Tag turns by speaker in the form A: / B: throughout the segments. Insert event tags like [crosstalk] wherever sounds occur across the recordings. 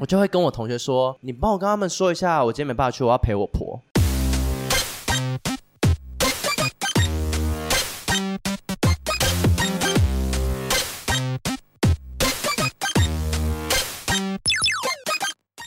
A: 我就会跟我同学说：“你帮我跟他们说一下，我今天没办法去，我要陪我婆。”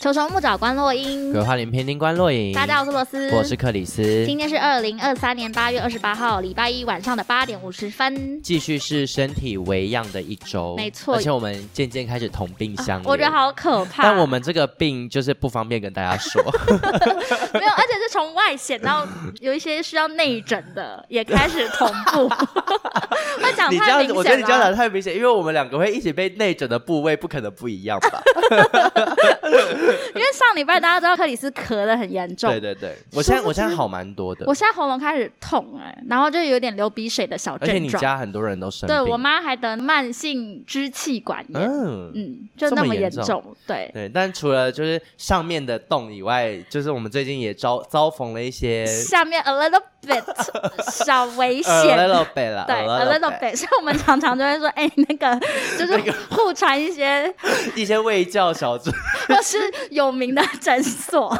B: 求虫勿找观落英，
A: 鬼话连篇，听观落影。
B: 大家好，我是罗斯，
A: 我是克里斯。
B: 今天是二零二三年八月二十八号，礼拜一晚上的八点五十分。
A: 继续是身体为样的一周，
B: 没错
A: 而且我们渐渐开始同病相怜、
B: 我觉得好可怕，
A: 但我们这个病就是不方便跟大家说，
B: [laughs] 没有，而且是从外显到有一些需要内诊的，也开始同
A: [laughs]
B: 步。我讲
A: 你这
B: 太
A: 样
B: 明
A: 子，
B: 显
A: 我觉得你这样讲
B: 了啊
A: 得太明显，因为我们两个会一起被内诊的部位不可能不一样
B: [laughs]
A: 吧？
B: 因为上礼拜大家知道克里斯咳得很严重，
A: 对对对，我现在
B: 殊不
A: 我
B: 知
A: 现在好蛮多的
B: 我，现在喉咙开始痛哎、然后就有点流鼻水的小
A: 而且
B: 症
A: 你
B: 状。
A: 家很多人都生病，
B: 对我妈还得慢性支气管炎，
A: 嗯。
B: 嗯，就
A: 这
B: 那
A: 么
B: 么
A: 严
B: 严
A: 重
B: 重，对。
A: 对，但除了就是上面的洞以外，就是我们最近也遭遭逢了一些
B: 下面 a little bit 小危
A: 呃 a
B: 险。
A: little bit 啦，
B: 对，a little bit，所以我们常常就会说，哎、那个就是互传一些，
A: 一些卫教小组。 [laughs]
B: 或是有名的诊所，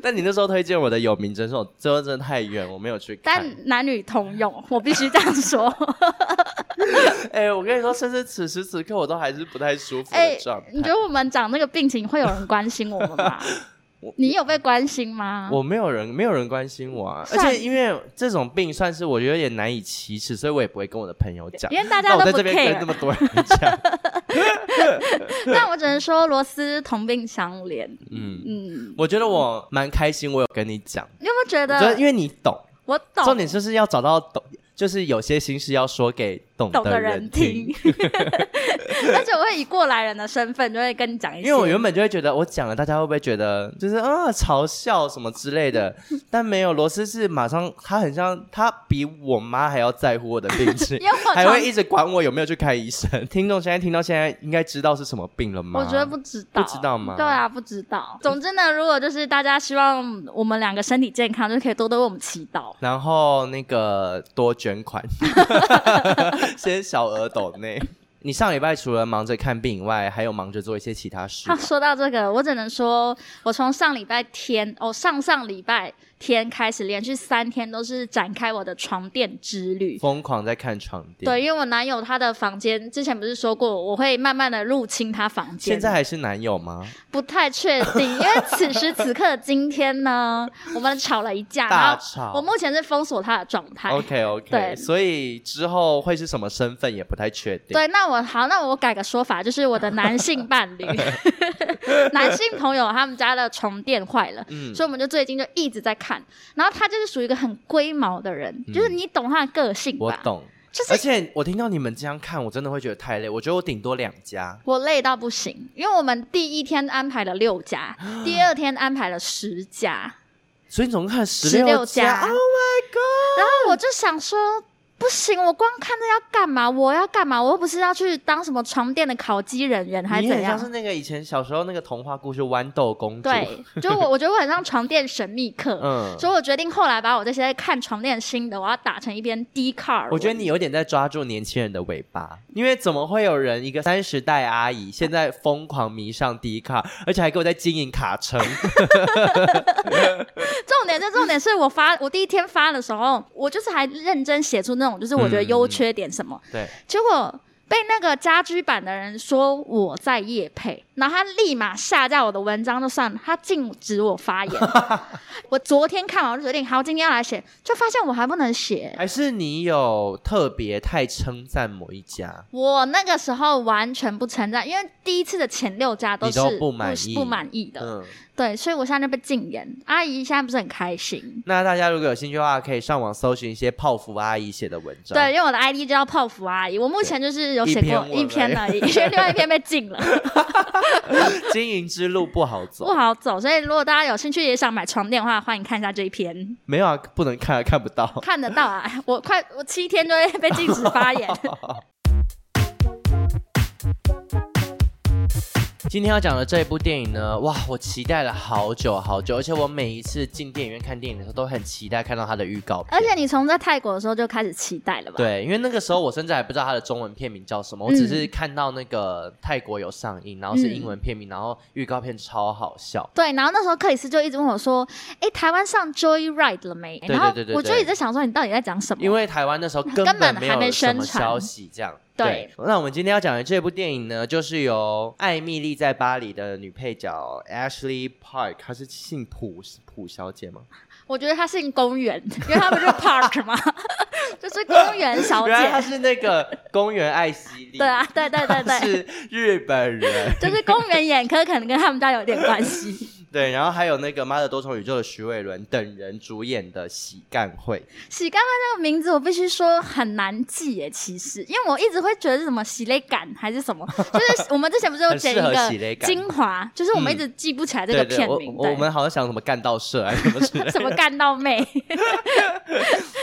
A: 但你那时候推荐我的有名诊所，最后真的太远，我没有去看。
B: 但男女通用，我必须这
A: [laughs]
B: 样说。
A: 哎、我跟你说，甚至此时此刻，我都还是不太舒服
B: 哎
A: 的状态。
B: 你觉得我们讲那个病情，会有人关心我们
A: [laughs]
B: 吗？你有被关心吗？
A: 我没有人，没有人关心我啊！而
B: 算
A: 且因为这种病算是我有点难以启齿，所以我也不会跟我的朋友讲。
B: 因为大
A: 那
B: 家
A: 我
B: 都
A: 在
B: 不
A: 这边跟
B: care，
A: 那么多人讲，
B: 但我只能说罗斯同病相怜。
A: 嗯，
B: 嗯，
A: 我觉得我蛮开心，我有跟你讲，
B: 你有没有觉
A: 我觉得
B: 得
A: 因为你懂，
B: 我懂？
A: 重点就是要找到懂，就是有些心事要说给懂
B: 懂
A: 的
B: 的人
A: 听
B: 听。， [laughs] 而且我会以过来人的身份就会跟你讲一些，，
A: 因为我原本就会觉得，我讲了大家会不会觉得就是啊嘲笑什么之类的，但没有罗斯是马上，他很像他比我妈还要在乎我的病情
B: [laughs] 因为我
A: 还
B: 常
A: 会一直管我有没有去看医
B: [laughs]
A: 生。听众现在听到现在应该知道是什么病了吗？
B: 我觉得不知道，
A: 不知道吗
B: 对啊，不知道。总之呢，如果就是大家希望我们两个身体健康，就可以多多为我们祈祷。
A: 然后那个多捐
B: [laughs]
A: 款，先小额抖内。你上礼拜除了忙着看病以外，还有忙着做一些其他事
B: 他
A: 吧。
B: 说到这个，我只能说，我从上礼拜天哦，上上礼拜天开始，连续三天都是展开我的床垫之旅。
A: 疯狂在看床垫，
B: 对，，因为我男友他的房间之前不是说过，我会慢慢的入侵他房间。
A: 现在还是男友吗？
B: 不太确定，
A: [laughs]
B: 因为此时此刻的今天呢，我们吵了一架，
A: 大
B: 然
A: 吵
B: 后我目前是封锁他的状态。
A: OK OK，
B: 对
A: 所以之后会是什么身份也不太确定。
B: 对，那我好，那我改个说法，就是我的男性
A: [laughs]
B: 伴侣、男性朋友他们家的床垫坏了，
A: 嗯
B: 所以我们就最近就一直在看。然后他就是属于一个很龟毛的人，就是你懂他的个性
A: 嗯
B: 吧？
A: 我，懂。
B: 就是
A: 而且我听到你们这样看，我真的会觉得太累。我觉得我顶多两家，
B: 我累到不行，因为我们第一天安排了六家，
A: [gasps]
B: 第二天安排了十家，
A: 所以你总共看十
B: 十六
A: 家。
B: 家
A: Oh my god！
B: 然后我就想说。不行，我光看这要干嘛？我要干嘛？我又不是要去当什么床垫的烤鸡人员，还
A: 你
B: 是
A: 很
B: 怎样
A: 像？是那个以前小时候那个童话故事《豌豆公主》。，
B: 对，就我 [laughs] 我觉得我很像床垫神秘客，
A: 嗯，
B: 所以我决定后来把我这些看床垫新的，我要打成一篇 D card。
A: 我觉得你有点在抓住年轻人的尾巴，因为怎么会有人一个三十代阿姨现在疯狂迷上迪卡，而且还给我在经营卡
B: [laughs]
A: 城？
B: 重点，这重点是我发我第一天发的时候，我就是还认真写出那种就是我觉得
A: 嗯
B: 优缺点什么，
A: 对，
B: 结果被那个家居版的人说我在夜配，然后他立马下架我的文章就算了，他禁止
A: [laughs]
B: 我发言。我昨天看完我就决定，好，今天要来写，就发现我还不能写。
A: 还是你有特别太称赞某一家？
B: 我那个时候完全不称赞，因为第一次的前六家都
A: 你
B: 是
A: 都不满意
B: 不满意的，
A: 嗯，
B: 对，所以我现在就被禁言。阿姨现在不是很开心。
A: 那大家如果有兴趣的话，可以上网搜寻一些泡芙阿姨写的文章。
B: 对，因为我的 ID 叫泡芙阿姨，我目前就是有写过
A: 一
B: 一
A: 篇
B: 篇
A: 文
B: 而已，因为另外一篇被禁了，
A: 对， [laughs] 经营之路不好走
B: 不。好走。所以如果大家有兴趣也想买床垫的话，欢迎看一下这一篇，
A: 没有啊，不能看啊，看不到。 [laughs]
B: 看得到啊。 [laughs] 我快我七天就会被禁止发 [laughs] 言。
A: 今天要讲的这一部电影呢，哇，我期待了好久好久，而且我每一次进电影院看电影的时候，都很期待看到它的预告片。
B: 而且你从在泰国的时候就开始期待了吧？，
A: 对，因为那个时候我甚至还不知道它的中文片名叫什么，我只
B: 嗯
A: 是看到那个泰国有上映，然后是英文片名，然后预告片超好笑。
B: 对，然后那时候克里斯就一直问我说：“哎，台湾上 Joy Ride 了没？”
A: 对
B: 然后
A: 对对对
B: 我就
A: 对
B: 一直想说你到底在讲什么？
A: 因为台湾那时候根
B: 根本
A: 没
B: 还
A: 有
B: 没
A: 什么
B: 宣传
A: 消息，这样。
B: 对
A: 那我们今天要讲的这部电影呢，就是由艾米丽在巴黎的女配角 Ashley Park，她是姓朴是朴小姐吗？
B: 我觉得他姓公园， [laughs] 因为他不是 park 吗？ [laughs] 就是公园小
A: 原来她
B: 姐。
A: 是那个公园艾希
B: [laughs]
A: 莉，
B: 对啊，对对对
A: 她
B: 对，
A: 是日本人。
B: 就是公园眼科可能跟他们家有点关系。
A: 对，然后还有那个《妈的多重宇宙》的徐伟伦等人主演的《喜干会》，
B: 喜干妈这个名字，我必须说很难记耶。其实，因为我一直会觉得是什么喜泪感还是什
A: [laughs]
B: 么，就是我们之前不是有
A: 很适
B: 剪一
A: 合喜蕾
B: 个
A: 感
B: 精华，就是我们一直记不起来这个
A: 对对，
B: 片
A: 我
B: 名。
A: 我我们好像想什么干到社啊还是什么之类的 [laughs]
B: [laughs] 什么干到妹？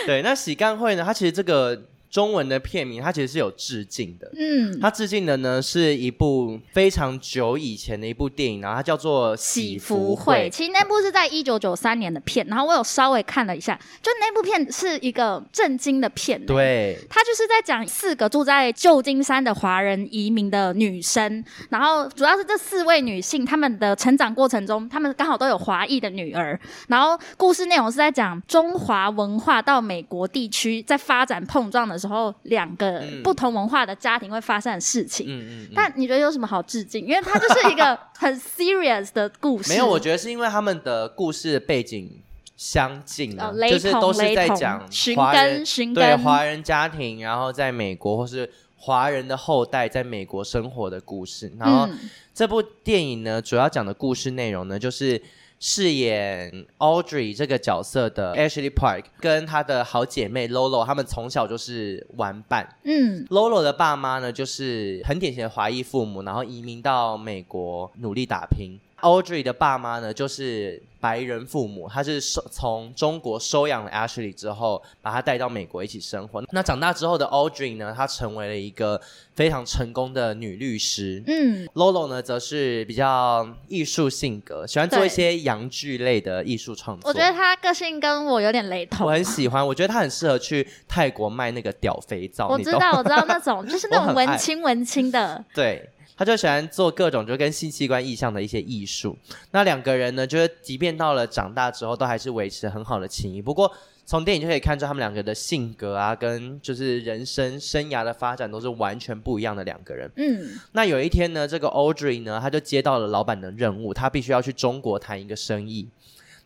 A: 对，那喜干会呢？它其实这个中文的片名，它其实是有致敬的。
B: 嗯，
A: 它致敬的呢是一部非常久以前的一部电影，然后它叫做《
B: 喜
A: 福
B: 福会，其实那部是在一九九三年的片，然后我有稍微看了一下，就那部片是一个震惊的片、欸，
A: 对，
B: 他就是在讲四个住在旧金山的华人移民的女生，然后主要是这四位女性她们的成长过程中，她们刚好都有华裔的女儿，然后故事内容是在讲中华文化到美国地区在发展碰撞的时候，两个
A: 嗯
B: 不同文化的家庭会发生的事情。
A: 嗯嗯嗯。
B: 但你觉得有什么好致敬？因为它就是一个很 serious 的故事。
A: 没有，我觉得是因为他们的故事背景相近啊，
B: 哦雷
A: 就是
B: 同
A: 都是
B: 雷
A: 在
B: 同
A: 讲
B: 寻
A: 华
B: 根
A: 人
B: 寻
A: 对
B: 根
A: 华人家庭，然后在美国或是华人的后代在美国生活的故事。然后
B: 嗯，
A: 这部电影呢，主要讲的故事内容呢，就是饰演 Audrey 这个角色的 Ashley Park 跟她的好姐妹 Lolo，她们从小就是玩伴。
B: 嗯，
A: Lolo 的爸妈呢，就是很典型的华裔父母，然后移民到美国努力打拼。Audrey 的爸妈呢，就是白人父母，他是收从中国收养了 Ashley 之后，把她带到美国一起生活。那长大之后的 Audrey 呢，她成为了一个非常成功的女律师。
B: 嗯，
A: Lolo 呢，则是比较艺术性格，喜欢做一些洋剧类的艺术创作。
B: 我觉得他个性跟我有点
A: [laughs]
B: 雷
A: 我
B: 同。
A: 很喜欢，我觉得他很适合去泰国卖那个屌肥皂。
B: 我
A: 你
B: 知
A: 懂吗
B: 道，我知
A: [laughs]
B: 道那种就是那
A: 我很
B: 种
A: 爱
B: 文青文
A: [laughs]
B: 青的，
A: 对，他就喜欢做各种就跟性器官意向的一些艺术。那两个人呢，就是即便到了长大之后，都还是维持很好的情谊。不过从电影就可以看出，他们两个的性格啊，跟就是人生生涯的发展都是完全不一样的两个人。
B: 嗯，
A: 那有一天呢，这个 Audrey 呢，他就接到了老板的任务，他必须要去中国谈一个生意。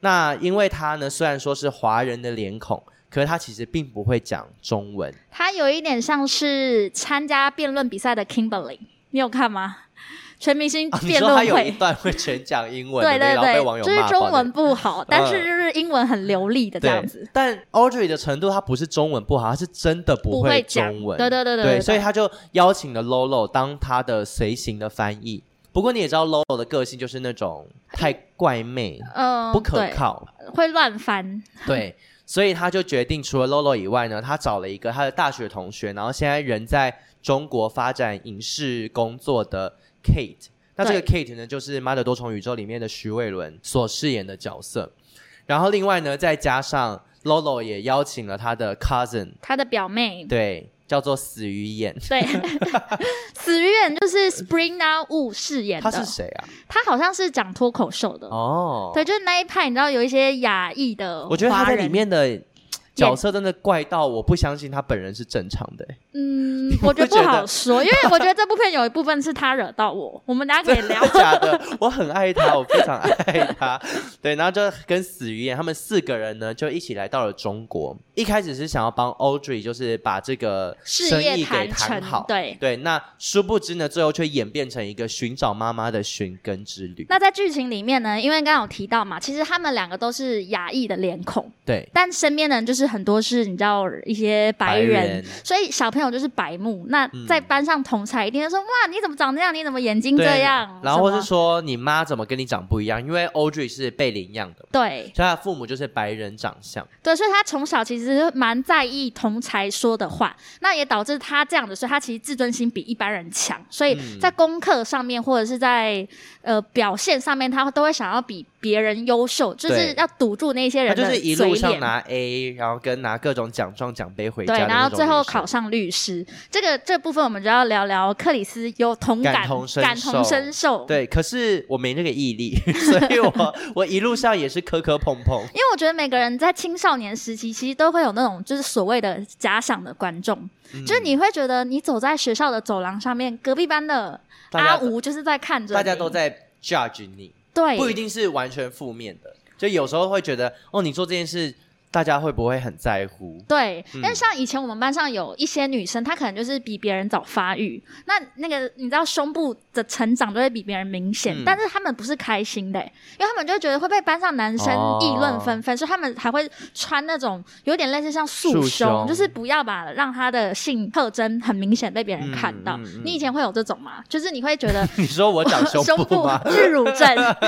A: 那因为他呢，虽然说是华人的脸孔，可是他其实并不会讲中
B: [laughs]
A: 文。
B: 他有一点像是参加辩论比赛的 Kimberly，你有看吗？全明星
A: 啊、你
B: 辩
A: 说
B: 论
A: 他有一
B: 会，
A: 段会全讲英文的
B: [laughs] 对
A: 那个，
B: 对
A: 然后被网
B: 对，
A: 友
B: 就是
A: 骂爆
B: 中
A: 那
B: 文
A: 个。
B: 不好，但
A: 嗯
B: 是就是英文很流利的这样
A: 对
B: 子，，
A: 但 Audrey 的程度，他不是中文不好，他是真的不
B: 不会讲
A: 中文。
B: 对对对
A: 对
B: 对对
A: 所以他就邀请了 Lolo 当他的随行的翻译。不过你也知道，Lolo 的个性就是那种太怪媚、
B: 嗯，
A: 不可
B: 对，
A: 靠，
B: 会乱翻，
A: 对，所以他就决定除了 Lolo 以外呢，他找了一个他的大学同学，然后现在人在中国发展影视工作的 Kate。那这个 Kate 呢，就是《妈的多重宇宙》里面的徐伟伦所饰演的角色。然后另外呢，再加上 Lolo 也邀请了他的 cousin，
B: 他的表妹，
A: 对，叫做死鱼眼，
B: 对，
A: [laughs]
B: 死鱼眼就是 Springa Wu 饰演
A: 他
B: 的，
A: 是谁啊？
B: 他好像是讲脱口秀的，
A: 哦，
B: 对，就是那一派，你知道有一些亚裔的，
A: 我觉得他在里，面的角色真的怪到我不相信他本人是正常的、欸
B: 嗯，我觉得不
A: [laughs]
B: 好说，因为我觉得这部片有一部分是他惹到我，我们大家可以聊。
A: 真的 [laughs] 假的？我很爱他，我非常爱他。对，然后就跟死鱼一样，他们四个人呢就一起来到了中国。一开始是想要帮 Audrey，就是把这个
B: 事
A: 生
B: 业
A: 意给谈
B: 成
A: 好，。
B: 对。
A: 对，那殊不知呢，最后却演变成一个寻找妈妈的寻根之旅。
B: 那在剧情里面呢，因为刚刚有提到嘛，其实他们两个都是亚裔的脸孔，
A: 对，
B: 但身边的人就是很多是你知道一些白人，所以小朋友就是白目。那在班上同才一定会说、哇，你怎么长这样？你怎么眼睛
A: 嗯对
B: 这样？
A: 然后或
B: 什么
A: 是说你妈怎么跟你长不一样？因为 Audrey 是被领养的，
B: 对
A: 所以她的父母就是白人长相。
B: 对，所以他从小其实蛮在意同才说的话，那也导致他这样子，所以他其实自尊心比一般人强，所
A: 嗯
B: 以在功课上面或者是在呃表现上面，他都会想要比别人优秀，就是
A: 对
B: 要堵住那些
A: 她
B: 人
A: 就
B: 的
A: 是一路
B: 嘴
A: 上
B: 脸。
A: 拿 A，然后跟拿各种奖状奖杯回家
B: 对，
A: 的
B: 然
A: 那
B: 后
A: 种
B: 最后
A: 女生
B: 考上律师，这个这部分我们就要聊聊克里斯有同感、
A: 感同身
B: 同身受。，
A: 对，可是我没那个毅力， [laughs] 所以我我一路上也是磕磕碰碰。
B: 因为我觉得每个人在青少年时期，其实都会有那种就是所谓的假想的观众，
A: 嗯
B: 就是你会觉得你走在学校的走廊上面，隔壁班的
A: 大家
B: 阿吴就是在看着你，
A: 大家都在 judge 你，
B: 对，
A: 不一定是完全负面的，就有时候会觉得哦，你做这件事，大家会不会很在乎？ [laughs]
B: 对，
A: 嗯
B: 但像以前我们班上有一些女生，她可能就是比别人早发育，那那个你知道胸部的成长都会比别人明显，
A: 嗯
B: 但是她们不是开心的欸、因为她们就觉得会被班上男生
A: 哦
B: 议论纷纷，所以她们还会穿那种有点类似像束胸，
A: 束胸
B: 就是不要把让她的性特征很明显被别人看到。
A: 嗯嗯嗯
B: 你以前会有这种吗？就是你会觉
A: [laughs]
B: 得呃
A: 你说我长胸
B: 胸
A: 部
B: 部
A: 吗？
B: 巨乳症，
A: [laughs]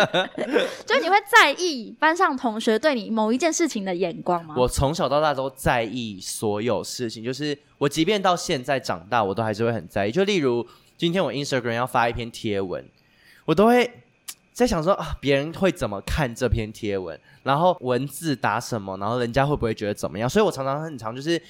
B: 就是你会在意班上同学对你某一件事情的眼光吗？。
A: 我从小到大都在意所有事情，就是我即便到现在长大，我都还是会很在意。就例如今天我 Instagram 要发一篇贴文，我都会在想说啊，别人会怎么看这篇贴文，然后文字打什么，然后人家会不会觉得怎么样？所以我常常很常就是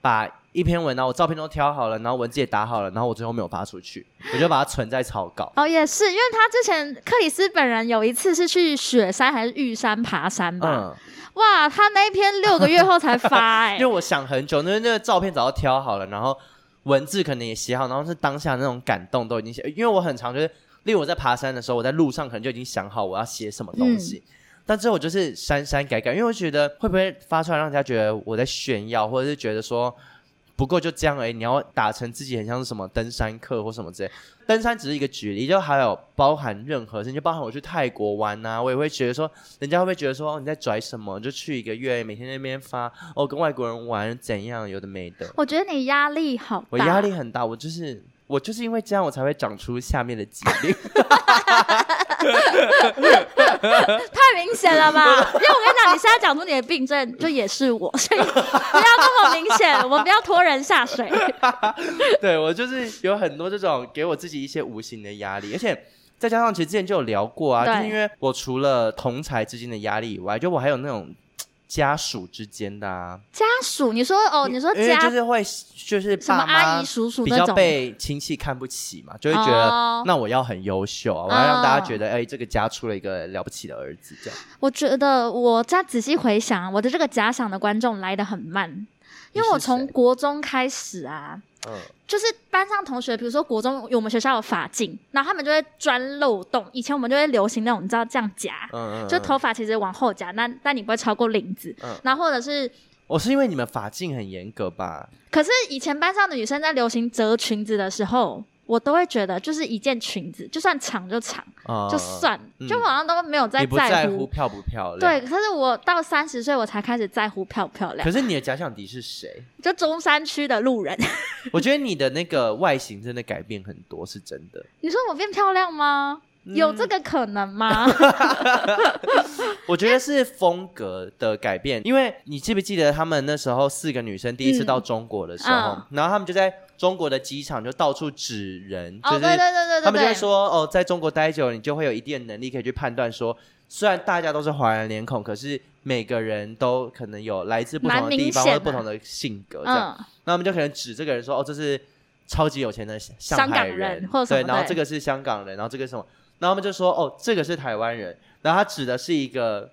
A: 把一篇文，然后啊我照片都挑好了，然后文字也打好了，然后我最后没有发出去，我就把它存在草稿
B: 哦，也是，因为他之前克里斯本人有一次是去雪山还是玉山爬山吧？
A: 嗯，
B: 哇，他那一篇六个月后
A: [laughs]
B: 才发、
A: 因
B: 哎
A: 为，我想很久，那那个照片早就挑好了，然后文字可能也写好，然后是当下那种感动都已经写。因为我很常就是，例如我在爬山的时候，我在路上可能就已经想好我要写什么东西，但之后我就是删删改改，因为我觉得会不会发出来让人家觉得我在炫耀，或者是觉得说。不过就这样而已，你要打成自己很像是什么登山客或什么之类。登山只是一个举例，就还有包含任何事情，就包含我去泰国玩啊，我也会觉得说，人家会不会觉得说、哦、你在拽什么？就去一个月，每天在那边发哦，跟外国人玩怎样，有的没的。
B: 我觉得你压力好大，
A: 我压力很大，我就是我就是因为这样，我才会长出下面的疾病。
B: 太明显
A: [laughs]
B: 了吧？因为我跟你讲，你现在讲出你的病症，就也是我，所以不要这么明显，我们不要拖人下
A: [laughs]
B: 水。
A: 对我就是有很多这种给我自己一些无形的压力，而且再加上其实之前就有聊过啊，
B: 对
A: 就是因为我除了同才之间的压力以外，就我还有那种嘖家属之间的啊，
B: 家属，你说哦，你说
A: 因为
B: 家、
A: 就是会就是
B: 什么
A: 爸
B: 阿
A: 妈
B: 姨、叔叔
A: 比
B: 那
A: 较
B: 种，
A: 被亲戚看不起嘛，就会觉得、
B: 哦
A: 那我要很优秀啊，我要让大家觉得哎、这个家出了一个了不起的儿子这样。
B: 我觉得我再仔细回想，我的这个假想的观众来的很慢，因为我
A: 你是
B: 从
A: 谁
B: 国中开始啊，
A: 嗯，
B: 就是班上同学，比如说国中，我们学校有发镜，然后他们就会钻漏洞。以前我们就会流行那种，你知道这样夹，
A: 嗯嗯，
B: 就
A: 嗯
B: 头发其实往后夹，但但你不会超过领子。
A: 嗯
B: 然后或者是，
A: 我哦是因为你们法禁很严格吧？
B: 可是以前班上的女生在流行折裙子的时候，我都会觉得就是一件裙子，就算长就长，
A: 啊、
B: 就算，
A: 嗯
B: 就我好像都没有在
A: 你不在
B: 乎。
A: 漂不漂亮？
B: 对，。可是我到三十岁，我才开始在乎漂不漂亮
A: 可。是你的假想敌是谁？
B: 就中山区的路人， [laughs]
A: 我觉得你的那个外形真的改变很多，是真的。
B: 你说我变漂亮吗？
A: 嗯
B: 有这个可
A: [laughs]
B: 能吗？哦
A: 我觉得是风格的改变，因为你记不记得他们那时候四个女生第一次到中国的时候，
B: 嗯
A: 然后他们就在中国的机场就到处指人，
B: 哦，
A: 就
B: 对
A: 是
B: 对对对对，
A: 他们就
B: 对
A: 会说哦，在中国待久了，你就会有一定的能力可以去判断说，虽然大家都是华人脸孔，可是每个人都可能有来自不同
B: 蛮
A: 的
B: 明
A: 地方或
B: 显
A: 者不
B: 的
A: 同的性格这样。
B: 嗯，
A: 那我们就可能指这个人说，哦，这是超级有钱的上海
B: 香港人或者什么
A: 对，然后
B: 对
A: 这个是香港人，然后这个是什么，然后他们就说，哦，这个是台湾人，然后他指的是一个。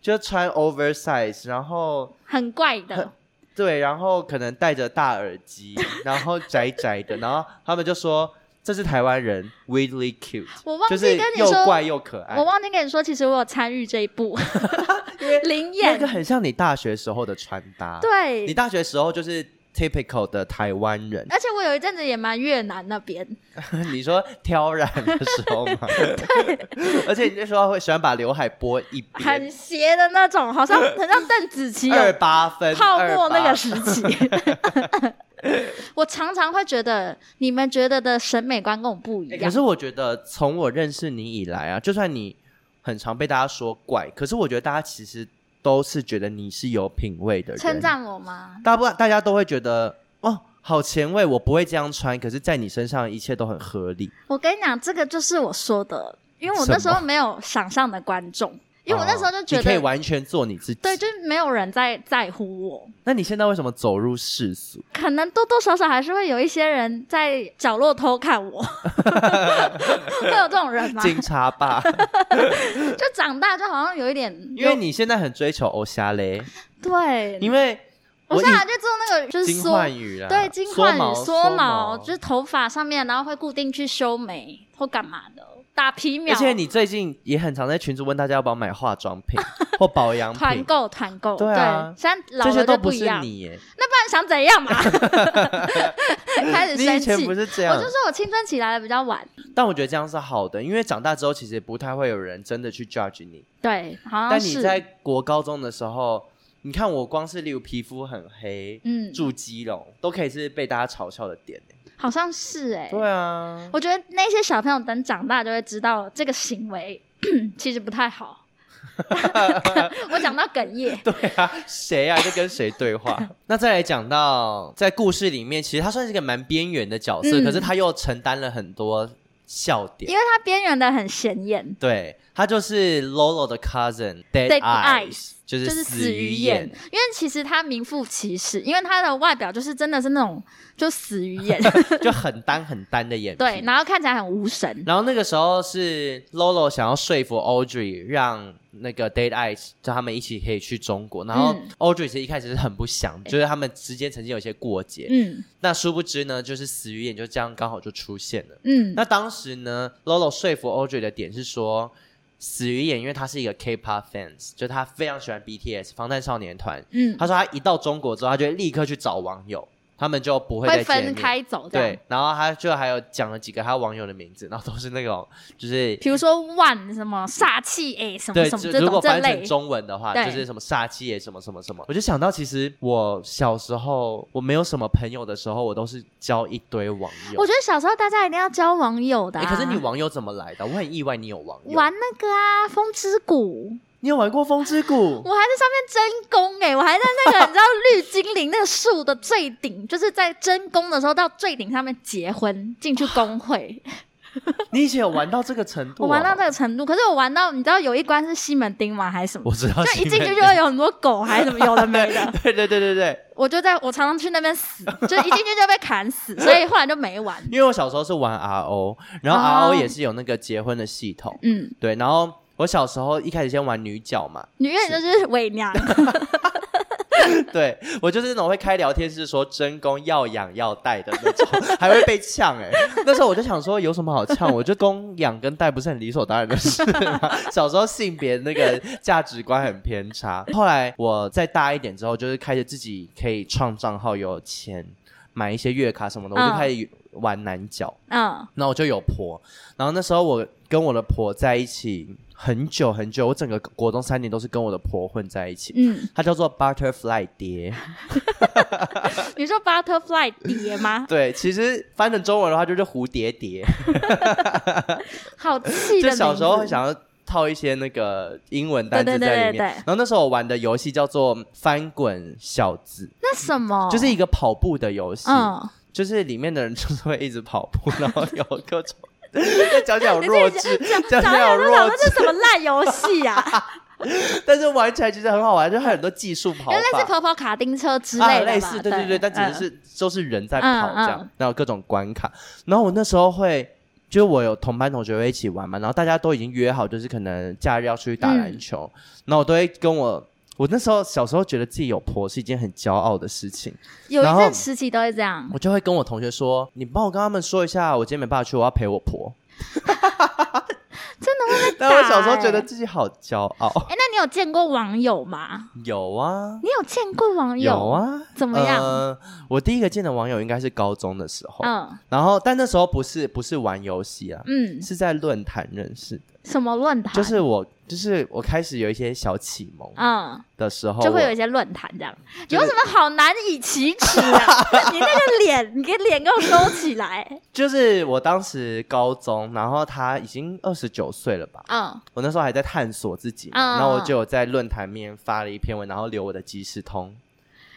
A: 就是穿 oversize，然后
B: 很怪的，
A: 对，然后可能戴着大耳机， [laughs] 然后窄窄的，然后他们就说这是台湾人，weirdly cute，
B: 我忘
A: 就是
B: 记跟你
A: 又怪哎
B: 说，
A: 又可爱
B: 我。忘记跟你说，其实我有参与这
A: [laughs]
B: 一部灵
A: 那
B: 眼
A: 个，很像你大学时候的穿搭，你
B: 对，
A: 大学时候就是 typical 的台湾人，
B: 而且我有一阵子也蛮越南那边，
A: [laughs] 你说挑染的时候嘛，而且你那时候会喜欢把刘海拨一边
B: 很，邪的那种，
A: [laughs]
B: 好像很像邓紫棋有
A: 二八分
B: 泡沫那个
A: 是
B: 时期。 [laughs] 我常常会觉得你们觉得的审美观跟我不一
A: 哎可
B: 样，
A: 是我觉得从我认识你以来啊，就算你很常被大家说怪，可是我觉得大家其实都是觉得你是有品味的人，
B: 称赞我吗？
A: 大部分大家都会觉得哦，好前卫，我不会这样穿，可是在你身上一切都很合理。
B: 我跟你讲，这个就是我说的，因为我那时候没有想象的观众，因为我那时候就觉
A: 哦你可以
B: 得，
A: 完全做你自己。
B: 对，就是没有人在在乎我。
A: 那你现在为什么走入世
B: [laughs]
A: 俗？
B: 可能多多少少还是会有一些人在角落偷
A: [laughs]
B: 看我，会有这种人吗？
A: 警察
B: [laughs]
A: 吧，
B: 就长大就好像有一点，
A: 因为你现在很追求偶像嘞，
B: 对，
A: 因为
B: 我
A: 我
B: 现在就做那个就
A: 以
B: 是
A: 金
B: 缩
A: 焕宇啦，
B: 对，金焕宇
A: 缩
B: 缩毛，就是头发上面，然后会固定去修眉或干嘛的，打皮秒，
A: 而且你最近也很常在群组问大家要不要买化妆
B: [laughs]
A: 品或保养
B: 团
A: 品，
B: 购团购，
A: 对啊
B: 现在老
A: 这些
B: 了
A: 都
B: 就
A: 不
B: 一
A: 是
B: 样，
A: 你耶，
B: 那不然想
A: [laughs]
B: 怎样嘛？ [laughs] 开始
A: 你
B: 生
A: 以前
B: 气，
A: 不是这
B: 我
A: 样
B: 就，说我青春期来的比较晚，
A: 但我觉得这样是好的，因为长大之后其实不太会有人真的去 judge 你，
B: 对，好像
A: 但你
B: 啊是，
A: 在国高中的时候，你看我光是例如皮肤很黑，
B: 嗯，
A: 住基隆都可以是被大家嘲笑的点耶，
B: 好像是哎、
A: 对啊，
B: 我觉得那些小朋友等长大就会知道这个行为 [clears throat] 其实不太好。 [laughs] 我讲到哽咽，
A: [laughs] 对啊，谁啊在跟谁对
B: [laughs]
A: 话？那再来讲到在故事里面，其实他算是一个蛮边缘的角色，
B: 嗯
A: 可是他又承担了很多笑点
B: 因。为他边缘的很显眼，
A: 对，他就是 Lolo 的 cousin Dead
B: Dead
A: Eyes，,
B: Eyes，
A: 就
B: 就是是
A: 死
B: 死
A: 鱼
B: 鱼
A: 眼
B: 眼，。因为其实他名副其实，因为他的外表就是真的是那种就死鱼
A: [laughs]
B: 眼，
A: 就很单很单的
B: [laughs]
A: 眼皮。
B: 对，然后看起来很无神，
A: 然后那个时候是 Lolo 想要说服 Audrey 让那个 Dead Eyes 叫他们一起可以去中国，然后
B: 嗯
A: Audrey 其实一开始是很不想，就是他们之间曾经有一些过节。
B: 嗯
A: 那殊不知呢，就是死鱼眼就这样刚好就出现了。
B: 嗯，
A: 那当时呢，Lolo 说服 Audrey 的点是说，死鱼眼因为他是一个 K-pop fans，就他非常喜欢 BTS 防弹少年团。
B: 嗯，
A: 他说他一到中国之后，他就会立刻去找网友，他们就不会再见
B: 会分
A: 面。
B: 开走这样
A: 对，，然后他就还有讲了几个他网友的名字，然后都是那种就是
B: 比如说万什么煞气哎、什么
A: 对，
B: 什
A: 就
B: 么这
A: 如果
B: 种这
A: 翻成
B: 类，
A: 中文的话，
B: 对
A: 就是什么煞气耶，什么什么什么。我就想到，其实我小时候我没有什么朋友的时候，我都是交一堆网友
B: 我。觉得小时候大家一定要交网友的、
A: 哎、
B: 啊
A: 可是你网友怎么来的？我很意外你有网友。
B: 玩那个啊《风之谷》，
A: 你有玩过风之谷？
B: [laughs] 我还在上面真功哎、我还在那个你知道绿精灵那个树的最顶，就是在真功的时候到最顶上面结婚进去公会，
A: 你以前有玩到这个程度、啊
B: 我玩到那，个程度。可是我玩到你知道有一关是西门町吗还是什么？
A: 我知道
B: 就
A: 西
B: 一
A: 门
B: 进
A: 町。
B: 去就会有很多狗还是什么有的没的，
A: [laughs] 对对对对对，
B: 我就在我常常去那边死，就一进去就被砍死，所以后来就没玩。
A: 因为我小时候是玩 RO，然后
B: 哦
A: RO 也是有那个结婚的系统，
B: 嗯，
A: 对，然后我小时候一开始先玩女角嘛，
B: 女人就是伪娘， [laughs]
A: 对我就是那种会开聊天室说真宫要养要带的那种，还会被呛
B: [laughs]
A: 哎、那时候我就想说有什么好呛，我就供养跟带不是很理所当然的事
B: [laughs]
A: 嘛。小时候性别那个价值观很偏差，后来我再大一点之后，就是开始自己可以创账号，有钱买一些月卡什么的，我就
B: 嗯
A: 开始玩男角。
B: [laughs] 嗯，
A: 那我就有婆，然后那时候我跟我的婆在一起很久很久，我整个国中三年都是跟我的婆混在一起。
B: 嗯，
A: 它叫做 butterfly 蝶，
B: 你说 butterfly 蝶吗？
A: [laughs] 对，其实翻成中文的话就是蝴蝶
B: [laughs]
A: 蝶。
B: 好气的
A: 就
B: 名字。
A: 小时候会想要套一些那个英文单词
B: 对对
A: 在
B: 对
A: 里面
B: 对对。
A: 然后那时候我玩的游戏叫做翻滚小子，
B: 那什么，
A: 就是一个跑步的游戏，
B: 哦嗯，
A: 就是里面的人就是会一直跑步， [laughs] 然后有各种。讲起来有弱智，讲起
B: 小
A: 来有
B: 友 [laughs] 就想
A: 弱
B: 说
A: 智，
B: 这什么烂游戏啊？
A: 但是玩起来其实很好玩，就还有很多技术跑
B: 原来
A: 法。
B: 是跑跑卡丁车之
A: 啊，
B: 类的嗯嘛、
A: 类似，对对对，但只是是都是人在跑
B: 嗯
A: 这样
B: 嗯，
A: 然后各种关卡。然后我那时候会，就是我有同班同学会一
B: 嗯
A: 起玩嘛，然后大家都已经约好，就是可能假日要出去打篮球，然后我都会跟我我那时候小时候觉得自己有婆是一件很骄傲的事情，
B: 有
A: 然
B: 一
A: 后
B: 阵时期都会这样，
A: 我就会跟我同学说：“你帮我跟他们说一下，我今天没办法去，我要陪我婆。
B: 真的哎会”被打、
A: 但我小时候觉得，自己好骄傲。
B: 哎、那你有见过网友吗？
A: 有啊，
B: 你有见过网友？
A: 有，啊。
B: 怎么样？
A: 呃我第一个见的网友应该是高中的时候，
B: 嗯
A: 然后但那时候不是不是玩游戏啊，
B: 嗯，
A: 是在论坛认识的。
B: 什么论坛？
A: 就是我就是我开始有一些小启蒙
B: 嗯，
A: 的时候，
B: 就会有
A: 我
B: 一些论坛这样。
A: 就
B: 有
A: 是
B: 什么好难以启
A: [laughs]
B: 齿啊？你那个脸，你给脸给我收起来。
A: 就是我当时高中，然后他已经二十九岁了吧，
B: 嗯
A: 我那时候还在探索自己嘛，
B: 嗯
A: 然后我就有在论坛面发了一篇文，然后留我的即时通。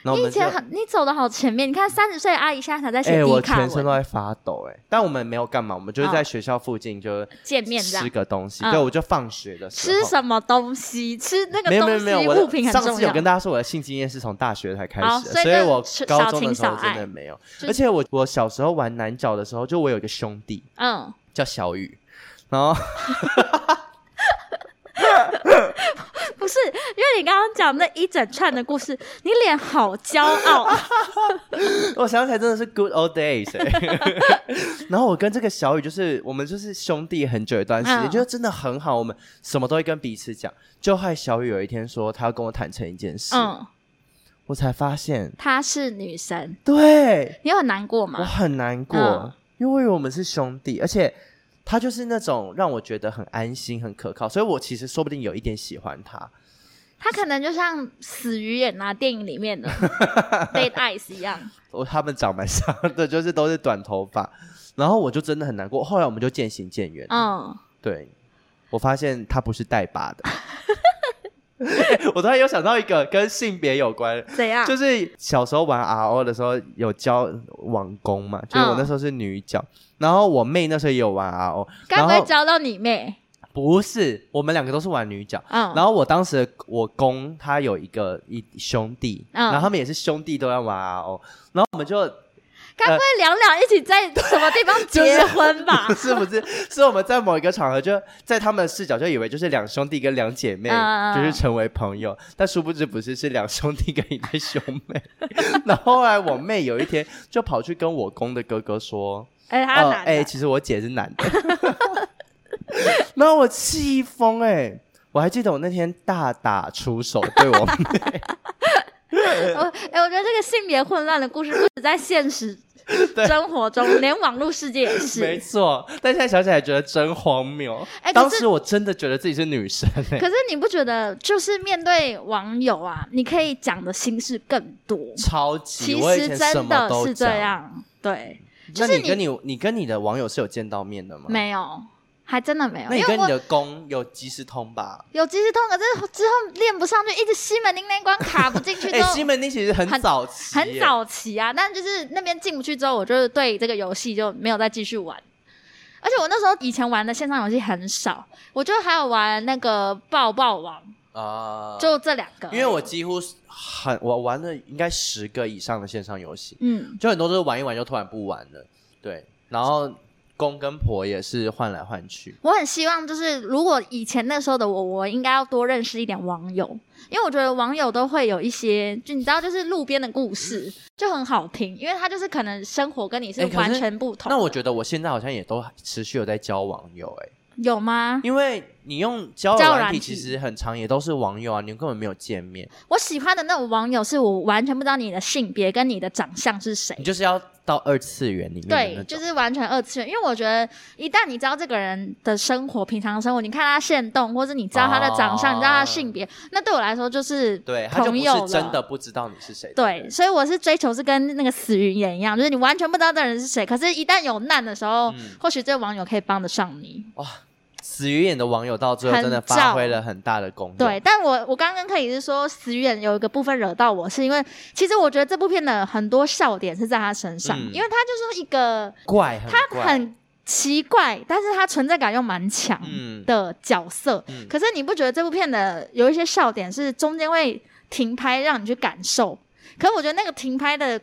A: 那我
B: 你以
A: 们就
B: 前很，你走的好前面。你看三十岁的阿姨现在才在
A: 哎、
B: 写
A: 我
B: 低卡
A: 全
B: 文，
A: 身都在发抖哎、但我们没有干嘛，我们就是
B: 嗯
A: 在学校附近就
B: 见面这
A: 吃
B: 样。
A: 个东西，
B: 嗯
A: 对，我就放学的时
B: 吃
A: 候。
B: 什么东西？吃那个
A: 没有没
B: 东
A: 有
B: 西
A: 没有，我
B: 物品
A: 的上
B: 很重
A: 次有
B: 要。
A: 跟大家说我的性经验是从大学才开始
B: 好
A: 的，
B: 所以
A: 所以
B: 那
A: 我
B: 是
A: 高
B: 小
A: 中的
B: 情
A: 时候
B: 小
A: 真
B: 爱
A: 的没有
B: 就。是
A: 而且我我小时候玩南角的时候，就我有一个兄弟
B: 嗯，
A: 叫小雨，然后 [laughs]
B: 不是，因为你刚刚讲那一整串的故事，你脸好骄傲。
A: [laughs] 我想起来真的是 good old days，、欸、 [laughs] 然后我跟这个小雨就是我们就是兄弟很久一段时间，
B: 嗯
A: 就真的很好，我们什么都会跟彼此讲。就害小雨有一天说他要跟我坦诚一件事，
B: 嗯，
A: 我才发现，
B: 她是女神，
A: 对
B: 你有很难过
A: 我
B: 吗？
A: 很难过，
B: 嗯
A: 因为我以为我们是兄弟，而且他就是那种让我觉得很安心、很可靠，所以我其实说不定有一点喜欢他。
B: 她可能就像死鱼眼啊，电影
A: [laughs]
B: 里面的 Dead Eyes 一样。
A: 我他们长蛮像的， [laughs] 就是都是短头发，然后我就真的很难过。后来我们就渐行渐远，
B: 嗯，
A: 对，我发现他不是带把的。 [laughs] 欸我突然有想到一个跟性别有关，
B: 怎样？
A: 就是小时候玩 RO 的时候有教网工嘛，就是
B: 嗯
A: 我那时候是女角，然后我妹那时候也有玩 RO，
B: 该
A: 然
B: 不会
A: 后
B: 教到你妹？
A: 不是我们两个都是玩女角。
B: 嗯，
A: 然后我当时的我公他有一个一兄弟，
B: 嗯
A: 然后他们也是兄弟都在玩啊哦 RO，然后我们就
B: 该不会两两一起在什么地方
A: [laughs] 就是
B: 结婚
A: [laughs]
B: 吧？
A: 不是不是，是我们在某一个场合就，在他们的视角就以为就是两兄弟跟两姐妹
B: 嗯嗯嗯
A: 就是成为朋友，但殊不知不是，是两兄弟跟一对兄妹。 [laughs] 然后后来我妹有一天就跑去跟我公的哥哥说
B: 哎，：“她
A: 哦，
B: 男
A: 哎、
B: 的，
A: 其实我姐是男的。” [laughs] 然后我气疯哎，我还记得我那天大打出手对我妹，
B: 我哎、我觉得这个性别混乱的故事不止在现实
A: [laughs] 对
B: 生活中，连网络世界也是。
A: 没错，但现在想起来觉得真荒谬。
B: 哎可是
A: 当时我真的觉得自己是女生哎、
B: 可是你不觉得，就是面对网友啊，你可以讲的心事更多？
A: 超级，
B: 其
A: 我以
B: 实
A: 前什
B: 真
A: 么
B: 的
A: 都
B: 是这
A: 讲。
B: 样，对，就
A: 那
B: 是
A: 你跟你你跟你的网友是有见到面的吗？。
B: 没有，还真的没有，
A: 那你
B: 因为
A: 跟你
B: 我
A: 的公有即时通吧？
B: 有即时通，可是之后练不上去，一直西门町那一关卡不进去
A: [laughs] 哎
B: 之，后。
A: 西门町其实很
B: 很
A: 早期耶，
B: 很早期啊，但就是那边进不去之后，我就是对这个游戏就没有再继续玩。而且我那时候以前玩的线上游戏很少，我就还有玩那个抱抱王，
A: 啊。
B: 就这两个。
A: 因为我几乎是很我玩了应该十个以上的线上游戏，
B: 嗯，
A: 就很多都是玩一玩就突然不玩了。对，然后公跟婆也是换来换去。
B: 我很希望就是如果以前那时候的我，我应该要多认识一点网友，因为我觉得网友都会有一些，就你知道，就是路边的故事就很好听，因为他就是可能生活跟你是
A: 哎可是
B: 完全不同的。
A: 那我觉得我现在好像也都持续有在交网友哎、
B: 有吗？
A: 因为你用交友
B: 交友
A: 软
B: 软
A: 体其
B: 体
A: 实很长也都是网友啊，你们根本没有见面。
B: 我喜欢的那种网友是我完全不知道你的性别跟你的长相是谁
A: 你，就是要到二次元里面的那
B: 对，
A: 种，
B: 就是完全二次元。因为我觉得，一旦你知道这个人的生活、平常生活，你看他现动，或是你知道他的长相，
A: 哦
B: 你知道他的性别，那对我来说就是
A: 对他就
B: 朋
A: 不
B: 友了。
A: 是真的不知道你是谁。
B: 对，所以我是追求是跟那个死鱼眼一样，就是你完全不知道这个人是谁，可是，一旦有难的时候，
A: 嗯
B: 或许这个网友可以帮得上你。
A: 死鱼眼的网友到最后
B: 很
A: 真的发挥了很大的功用。
B: 对，，但我我刚刚可以是说，死鱼眼有一个部分惹到我，是因为其实我觉得这部片的很多笑点是在他身上，
A: 嗯
B: 因为他就是一个
A: 怪，很
B: 他
A: 怪，
B: 很奇怪，但是他存在感又蛮强
A: 嗯
B: 的角色。
A: 嗯
B: 可是你不觉得这部片的有一些笑点是中间会停拍让你去感受？可是我觉得那个停拍的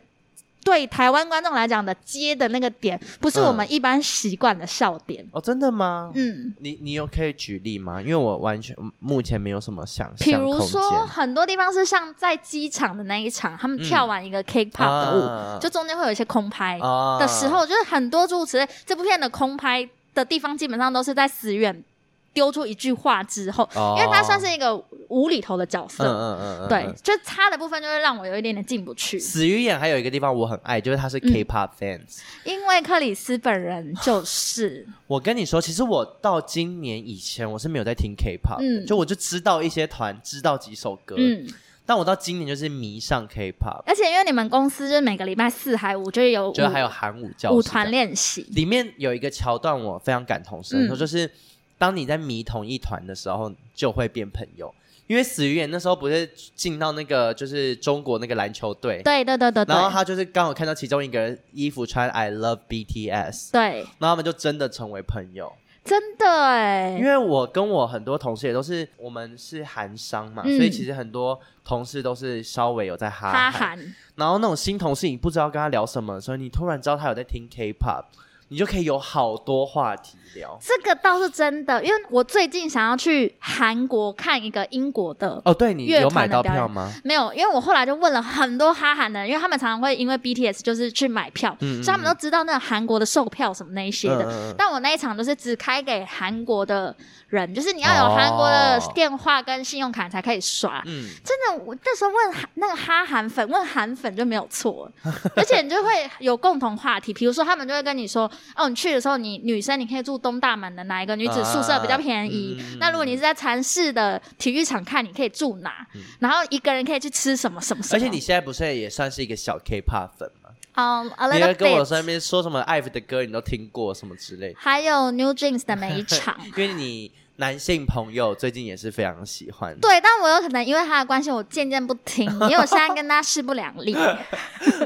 B: 对台湾观众来讲的接的那个点，不是我们
A: 嗯
B: 一般习惯的笑点。
A: 哦，真的吗？
B: 嗯，
A: 你你有可以举例吗？因为我完全目前没有什么想
B: 比
A: 象
B: 如
A: 空间。
B: 说很多地方是像在机场的那一场，他们跳完一个 K-pop 的舞，
A: 啊
B: 就中间会有一些空拍
A: 啊
B: 的时候，就是很多诸如此类。这部片的空拍的地方，基本上都是在死远丢出一句话之后，
A: 哦
B: 因为他算是一个无厘头的角
A: 嗯
B: 色，
A: 嗯嗯嗯，
B: 对
A: 嗯，
B: 就他的部分就会让我有一点点进不去，
A: 死鱼眼还有一个地方我很爱，就是他是
B: 嗯
A: K-pop fans。
B: 因为克里斯本人就是。
A: [laughs] 我跟你说，其实我到今年以前我是没有在听 K-pop，的
B: 嗯
A: 就我就知道一些团，知道几首歌，
B: 嗯，
A: 但我到今年就是迷上 K-pop，
B: 而且因为你们公司就是每个礼拜四还五就是有
A: 就
B: 舞
A: 还有韩舞教室
B: 舞
A: 这样
B: 团练习，
A: 里面有一个桥段我非常感同身受，
B: 嗯
A: 就是当你在迷同一团的时候，就会变朋友。因为死鱼眼那时候不是进到那个就是中国那个篮球队，
B: 对对对对对
A: 然后他就是刚好看到其中一个人衣服穿 I love BTS，
B: 对，
A: 然后他们就真的成为朋友。
B: 真的哎
A: 因，为我跟我很多同事也都是我们是韩商嘛，
B: 嗯
A: 所以其实很多同事都是稍微有在哈
B: 哈
A: 韩，
B: 韩，
A: 然后那种新同事你不知道跟他聊什么，所以你突然知道他有在听 K-pop，你就可以有好多话题聊。
B: 这个倒是真的，因为我最近想要去韩国看一个英国的。
A: 哦，对你
B: 乐
A: 有
B: 团
A: 买
B: 的
A: 到
B: 表
A: 票
B: 演
A: 吗？
B: 没有，因为我后来就问了很多哈韩的人，因为他们常常会因为 BTS 就是去买票，
A: 嗯嗯
B: 所以他们都知道那个韩国的售票什么那一些的。
A: 嗯嗯嗯
B: 但我那一场都是只开给韩国的人，就是你要有韩国的
A: 哦
B: 电话跟信用卡才可以刷。
A: 嗯，
B: 真的，我那时候问韩那个哈韩粉，问韩粉就没有错， [laughs] 而且你就会有共同话题。比如说，他们就会跟你说，哦，你去的时候你，女生你可以住东大门的哪一个女子宿舍比较便宜？
A: 啊嗯
B: 那如果你是在禅市的体育场看，你可以住哪？然后一个人可以去吃什么什么什
A: 嗯
B: 么。
A: 而且你现在不是也算是一个小 K-pop 粉吗？
B: 嗯、a
A: 你
B: little
A: 在跟我
B: bit，
A: 身边说什么 IVE 的歌，你都听过什么之类的，
B: 还有 New Jeans 的每一场。
A: 因为你男性朋友最近也是非常喜欢。
B: 对，但我有可能因为他的关系，我渐渐不听，因为我现在跟他势不两
A: [laughs]
B: 立。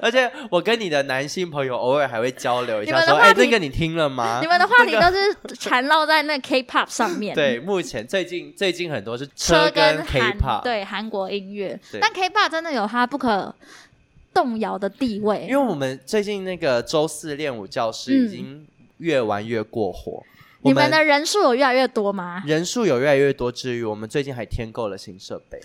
A: 而且我跟你的男性朋友偶尔还会交流一
B: 你
A: 下，
B: 们的
A: 说：“
B: 话
A: 哎、
B: 题
A: 这个你听了吗
B: 你们的话题都是缠绕在那 K-pop 上？”面。
A: 对，目前最近最近很多是
B: 车
A: 跟
B: 跟韩
A: K-pop，，
B: 对韩国音乐
A: 对，
B: 但 K-pop 真的有它不可动摇的地位，
A: 因为我们最近那个周四练舞教室已
B: 嗯
A: 经越玩越过火，我
B: 你们的人数有越来越多吗？
A: 人数有越来越多之余，我们最近还添购了新设备，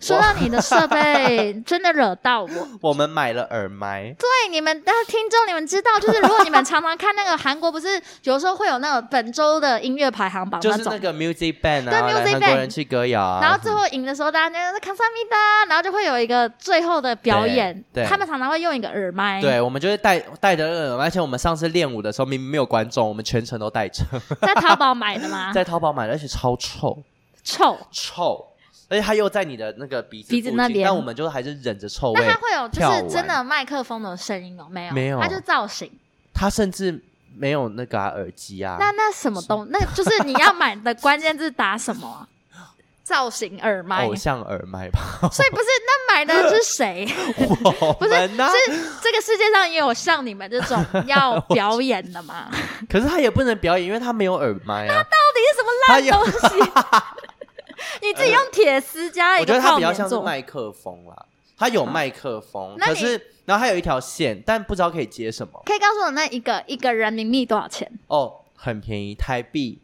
B: 说到你的设备，真的惹到
A: [laughs]
B: 我。对，
A: 我们买了耳麦，
B: 你们的听众，你们知道，就是如果你们常常看那个韩国，不是有时候会有那种本周的音乐排行榜
A: 就
B: 那
A: 是那
B: 种。
A: 个 Music Band
B: 对
A: 啊，来韩
B: Music
A: 国
B: Band
A: 人气歌谣啊，
B: 然后最后赢的时候，大家就是康萨米达，然后就会有一个最后的表演
A: 对对。
B: 他们常常会用一个耳麦，
A: 对，我们就是带带着那个耳麦，而且我们上次练舞的时候明明没有观众，我们全程都带着，
B: 在淘宝买的吗？
A: [laughs] 在淘宝买的，而且超臭
B: 臭，
A: 臭，而且它又在你的那个鼻子
B: 鼻子
A: 附
B: 那
A: 近
B: 边
A: 但我们就还是忍着臭味
B: 那它，会有就
A: 跳
B: 是
A: 舞
B: 真
A: 啊
B: 的麦克风的声音有哦没有？
A: 没有
B: 它就造型。
A: 它甚至没有那个啊、耳机啊，
B: 那那什么东？那就是你要买的关键字打什么啊？造型耳麦，
A: 偶像耳麦
B: [laughs]
A: 吧，
B: 所以不是那买的是
A: [laughs]
B: 谁？
A: 我
B: 不是，
A: 们呢、啊
B: 是这个世界上也有像你们这
A: [laughs]
B: 种要表演的吗？到
A: 可是他也不能表演，因为他没有耳麦啊。
B: 底是什么烂东西？ [laughs] 你自己用铁丝加一
A: 我觉
B: 个
A: 得它
B: 泡
A: 比较
B: 棉
A: 像是
B: 做，
A: 麦克风啦，它有麦克风，
B: 那
A: 可
B: 你
A: 是然后还有一条线，但不知道可以接什么。
B: 可以告诉我那一个一个人民币多少钱？
A: 哦，很便宜，台币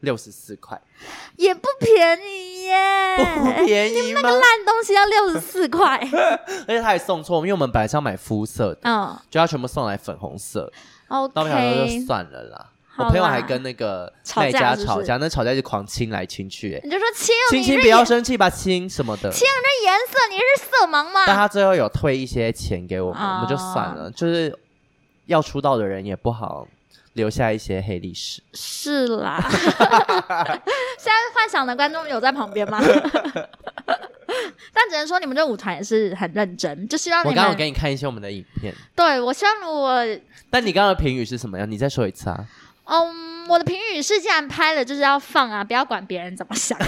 A: 六十四块，
B: 也不便宜耶，
A: [laughs] 不便宜吗？
B: 烂东西要六十
A: [laughs]
B: 四块。
A: 而且他还送错，因为我们本来是要买肤色的，
B: 嗯
A: 就他全部送来粉红色，那我们想说就
B: ，OK，
A: 算了啦。
B: 好
A: 我
B: 啦
A: 朋友还跟那个
B: 吵
A: 卖家
B: 架是不
A: 吵
B: 是
A: 架，那吵架就狂亲来亲去、欸，
B: 你就说亲
A: 亲
B: 你这
A: 亲不要生气吧，亲什么的。
B: 这颜色你是色盲吗？
A: 但他最后有退一些钱给我们，
B: 啊
A: 我们就算了，就是要出道的人也不好留下一些黑历史。[laughs]
B: 是啦，现在幻想的观众有在旁边
A: [laughs]
B: 吗？但只能说你们这舞团也是很认真，就希望
A: 我
B: 你
A: 刚刚有
B: 们
A: 给你看一些我们的影片，
B: 对我希望我
A: 但你刚刚的评语是什么样？你再说一次啊！
B: [laughs] 嗯，我的评语是，既然拍了就是要放啊，不要管别人怎么想。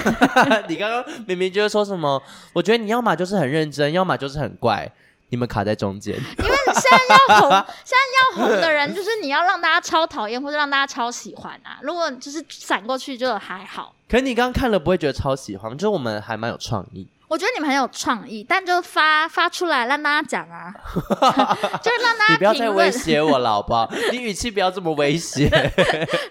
A: 你刚刚明明就是说什么？我觉得你要么就是很认真，要么就是很怪，你们卡在中间。
B: 因为 [laughs] 现在要红，
A: [laughs]
B: 现在要红的人就是你要让大家超讨厌或者让大家超喜欢啊。如果就是闪过去就还好，
A: 可是你刚刚看了不会觉得超喜欢，就是我们还蛮有创意。
B: 我觉得你们很有创意，但就发发出来让大家讲
A: [laughs]
B: 啊，就是让大
A: 你不要
B: 家
A: 再
B: 评
A: 威
B: 论。
A: 胁我了，好不好？你语气不要这么威胁。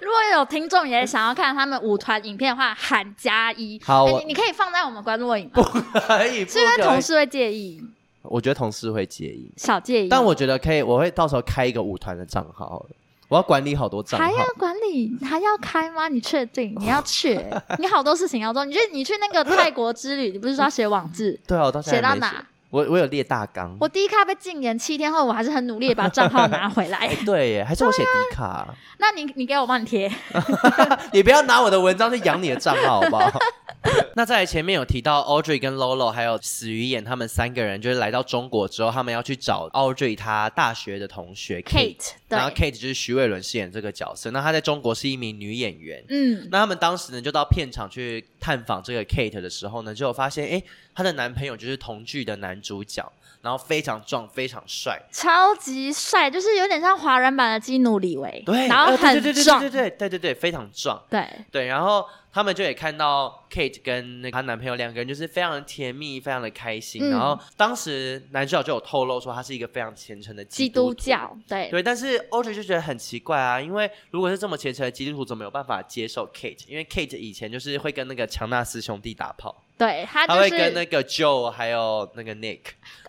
B: 如果有听众也想要看他们舞团影片的话，喊加一。
A: 好
B: 哎
A: 我哎
B: 你你可以放在我们观落影吗？
A: 可以，不
B: 是因为
A: 可以
B: 同，事会介意，
A: 我觉得同事会介意，
B: 小介意。
A: 但我觉得可以，我会到时候开一个舞团的账号好了，我要管理好多账
B: 还
A: 号
B: 要。管理，还要开吗？你确定？你要去欸、
A: [laughs]
B: 你好多事情要做。你去，你去那个泰国之旅，你不是说要写网志？
A: 对啊，我到现在
B: 写到
A: 没
B: 哪？
A: 我我有列大纲。
B: 我第一咖被禁言七天后，我还是很努力地把账号拿回
A: [laughs]
B: 来
A: 哎。对耶，还是我写迪卡啊、
B: 那你你给我帮你贴，
A: 你不要拿我的文章去养你的账号，好不好？那在前面有提到 Audrey 跟 Lolo 还有死鱼眼他们三个人，就是来到中国之后，他们要去找 Audrey 她大学的同学
B: Kate，对
A: 然后 Kate 就是徐伟伦饰演这个角色，那她在中国是一名女演员。
B: 嗯，
A: 那他们当时呢，就到片场去探访这个 Kate 的时候呢，就有发现，哎，她的男朋友就是同剧的男主角，然后非常壮，非常帅，
B: 超级帅，就是有点像华人版的基努里维，
A: 对，
B: 然后
A: 呃
B: 很
A: 对对对
B: 壮，
A: 对对对对对对，非常壮。
B: 对
A: 对，然后他们就也看到 Kate 跟那个她男朋友两个人就是非常甜蜜，非常的开心。
B: 嗯
A: 然后当时男主角就有透露说他是一个非常虔诚的
B: 基
A: 督
B: 督
A: 徒。
B: 教，对，
A: 对，但是 Audrey 就觉得很奇怪啊，因为如果是这么虔诚的基督徒，怎么有办法接受 Kate？因为 Kate 以前就是会跟那个强纳斯兄弟打炮，
B: 对他
A: 他
B: 就
A: 会跟
B: 是
A: 那个 Joe 还有那个 Nick，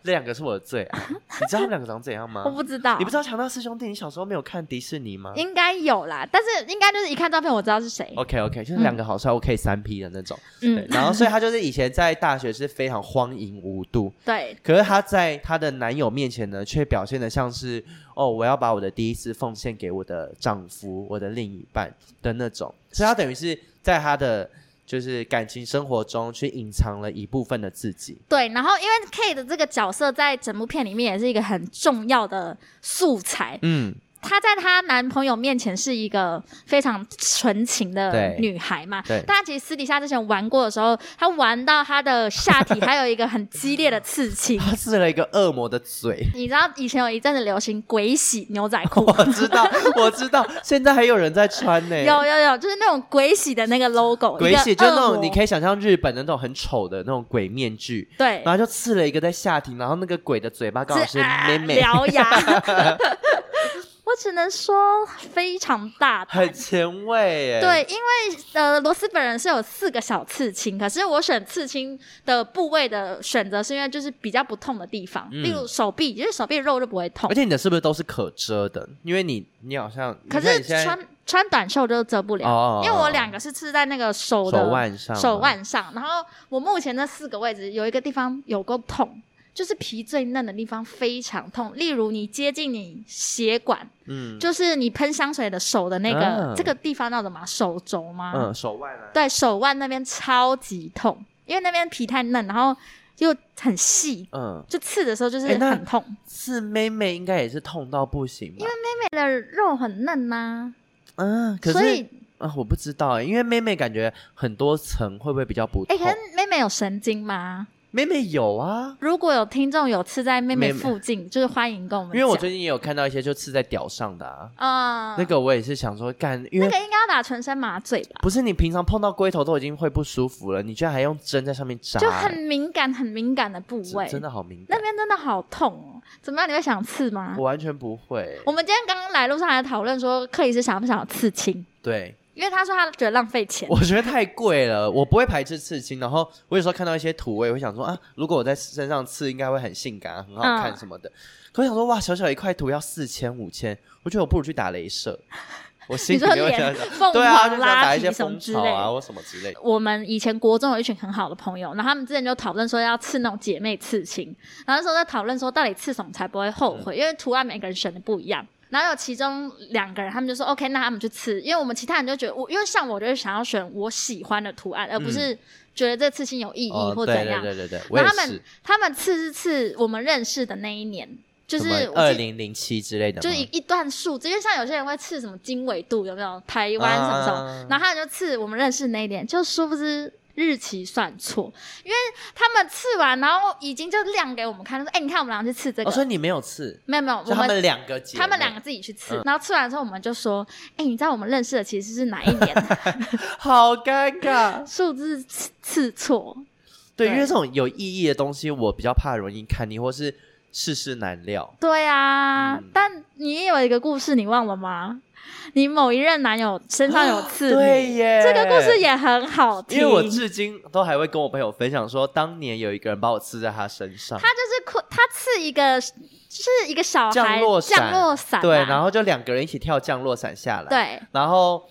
A: 这两个是我的最爱。你知道他们两个长怎样吗
B: [laughs] 我？不知道，
A: 你不知道强纳斯兄弟？你小时候没有看迪士尼吗？
B: 应该有啦，但是应该就是一看照片我知道是谁，
A: OK OK，就是两个好帅，我可以三 P 的那种。对
B: 嗯，，
A: 然后所以她哦就是以前在大学是非常荒淫无度，
B: 对，
A: 可是她在她的男友面前呢，却表现的像是哦，我要把我的第一次奉献给我的丈夫、我的另一半的那种，所以她等于是在她的就是感情生活中去隐藏了一部分的自己。
B: 对，然后因为 K 的这个角色在整部片里面也是一个很重要的素材，
A: 嗯，
B: 她在她男朋友面前是一个非常纯情的
A: 对
B: 女孩嘛。
A: 对
B: 但她其实私底下之前玩过的时候，她玩到她的下体还有一个很激烈的
A: [laughs]
B: 刺青。
A: 她刺了一个恶魔的嘴。 [laughs]，
B: 你知道以前有一阵子流行鬼洗牛仔裤
A: 我知道， [laughs] 我知道，现在还有人在穿呢、
B: 有有有，就是那种鬼洗的那个 logo，
A: 鬼血
B: 一
A: 就
B: 个呃
A: 是那
B: 恶魔
A: 种，你可以想象日本的那种很丑的那种鬼面具，
B: 对
A: 然，后就刺了一个在下体，然后那个鬼的嘴巴刚好
B: 是
A: 是妹妹，
B: 啊、獠牙。
A: [laughs]
B: [laughs] 我只能说非常大胆，
A: 很前卫耶。
B: 对，因为呃，罗斯本人是有四个小刺青，可是我选刺青的部位的选择是因为就是比较不痛的地方，
A: 嗯
B: 例如手臂，因为手臂的肉就不会痛
A: 而。且你的是不是都是可遮的？因为你你好像，
B: 可
A: 你看
B: 是
A: 你现在
B: 穿穿短袖就遮不了，
A: 哦
B: 因为我两个是刺在那个手的
A: 手腕上吗，
B: 手腕上，然后我目前那四个位置有一个地方有够痛，就是皮最嫩的地方非常痛，例如你接近你血管，
A: 嗯
B: 就是你喷香水的手的那个、
A: 啊
B: 这个地方叫什么？手肘吗？
A: 嗯手腕啊，
B: 对手腕那边超级痛，因为那边皮太嫩，然后又很细，
A: 嗯，
B: 就刺的时候就是
A: 哎那
B: 很痛。
A: 刺妹妹应该也是痛到不行吧？
B: 妹妹的肉很嫩呐、
A: 嗯，可
B: 所以
A: 是啊，我不知道耶，因为妹妹感觉很多层，会不会比较不
B: 哎、
A: 痛？
B: 可是妹妹有神经吗？
A: 妹妹有啊。
B: 如果有听众有刺在妹
A: 妹
B: 妹
A: 妹
B: 附近，就是欢迎跟我们
A: 因
B: 讲。
A: 为我最近也有看到一些就刺在屌上的啊，
B: 嗯，
A: 那个我也是想说干，因为
B: 那个应该要打全身麻醉吧，
A: 不是你平常碰到龟头都已经会不舒服了，你居然还用针在上面扎、
B: 就很敏感、很敏感的部
A: 真
B: 位，
A: 啊真的好敏
B: 那
A: 感。
B: 边真啊的好痛哦。怎么样？你会想刺吗
A: 我？完全不会，
B: 我们今天刚刚来路上还讨论说，克里斯想不想要刺青？
A: 对
B: 因为他说他觉得浪费钱。
A: 我觉得太贵了，我不会排斥刺青。然后我有时候看到一些图，我也会想说啊，如果我在身上刺，应该会很性感、啊，很好看
B: 嗯
A: 什么的。可我想说哇，小小一块图要四千五千，我觉得我不如去打镭射。我心
B: 你
A: 里
B: 说
A: 面会
B: 脸
A: 想想，
B: [laughs] 凤
A: 对啊，就
B: 凰
A: 想打
B: 拉
A: 一些
B: 皮什么
A: 蜂
B: 之
A: 巢
B: 类
A: 啊
B: 的。
A: 或什么之类的。
B: 我们以前国中有一群很好的朋友，然后他们之前就讨论说要刺那种姐妹刺青，然后那时候在讨论说到底刺什么才不会后
A: 嗯
B: 悔，因为图案每个人选的不一样。然后有其中两个人，他们就说 OK，那他们去刺，因为我们其他人就觉得我，因为像我就是想要选我喜欢的图案，而不是觉得这刺青有意义
A: 嗯哦，
B: 或怎
A: 对对
B: 样。
A: 对对对，我
B: 然
A: 也
B: 后他
A: 是
B: 们，他们刺是刺我们认识的那一年，就是我
A: 二
B: 记
A: 零零七之类的吗，
B: 就是一一段数字，因为像有些人会刺什么经纬度，有没有台湾什么什么，
A: 啊
B: 然后他们就刺我们认识那一点，就殊不知日期算错，因为他们刺完，然后已经就亮给我们看，就说：“哎、你看我们俩去刺这个。
A: 哦，所以你没有刺，
B: 没有没有，
A: 就
B: 我
A: 他
B: 们
A: 们两个姐妹，
B: 他们两个自己去刺，
A: 嗯
B: 然后刺完之后我们就说：“哎、你知道我们认识
A: [laughs]
B: 的其实是哪一年？ [laughs]
A: 好尴尬。
B: 数字刺刺错，
A: 对，
B: 对
A: 因为这种有意义的东西，我比较怕容易看腻，或是世事难料。
B: 对啊，
A: 嗯
B: 但你也有一个故事，你忘了吗？你某一任男友身上有刺
A: 啊对
B: 你，
A: 耶，
B: 这个故事也很好听。
A: 因为我至今都还会跟我朋友分享说，当年有一个人把我刺在他身上
B: 他，就是哭，他刺一个，就是一个小孩
A: 降落伞
B: 降落伞啊
A: 对，然后就两个人一起跳降落伞下来，，
B: 对
A: 然后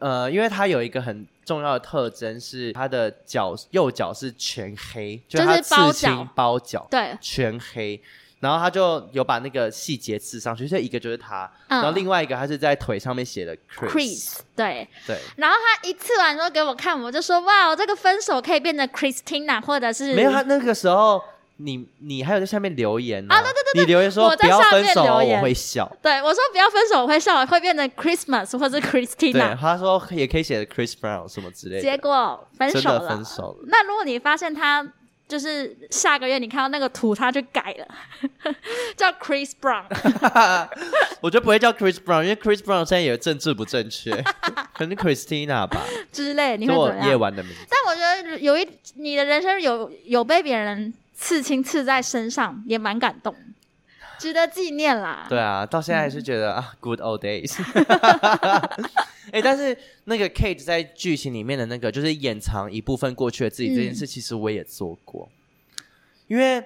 A: 呃，因为他有一个很重要的特征是他的脚右脚是全黑，
B: 就是
A: 他刺
B: 包
A: 青
B: 脚
A: 包脚
B: 对，
A: 全黑。然后他就有把那个细节刺上去，所以一个就是他，
B: 嗯
A: 然后另外一个他是在腿上面写的 Chris，
B: Chris 对，
A: 对，
B: 然后他一刺完之后给我看，我就说哇，这个分手可以变成 Christina 或者是
A: 没有，他那个时候你你还有在下面留言呢、
B: 啊对对对对
A: 你留言说
B: 我在
A: 不要
B: 下
A: 分
B: 面
A: 手，哦
B: 留
A: 我
B: 言
A: 会笑。
B: 对我说不要分手，我会笑，会变成 Christmas 或者是
A: 对，
B: Christina，
A: 他说可以也可以写 Chris Brown 什么之类的，
B: 结果分
A: 真
B: 手
A: 的
B: 了。
A: 分手了。 [laughs]
B: 那如果你发现他就是下个月你看到那个图，他就改了，叫 Chris Brown，
A: 我觉得不会叫 Chris Brown，因为 Chris Brown 现在也政治不正
B: [laughs]
A: 确，可能 Christina 吧，
B: 之类，你
A: 是
B: 会
A: 我
B: 怎么
A: 夜
B: 样？
A: 晚的名字。
B: 但我觉得有一你的人生有有被别人刺青刺在身上，也蛮感动，值得纪念啦。
A: [laughs] 对啊，到现在还
B: 嗯
A: 是觉得、啊，Good old
B: [laughs]
A: days。哎、但是那个 Kate 在剧情里面的那个，就是掩藏一部分过去的自己这
B: 嗯
A: 件事，其实我也做过，因为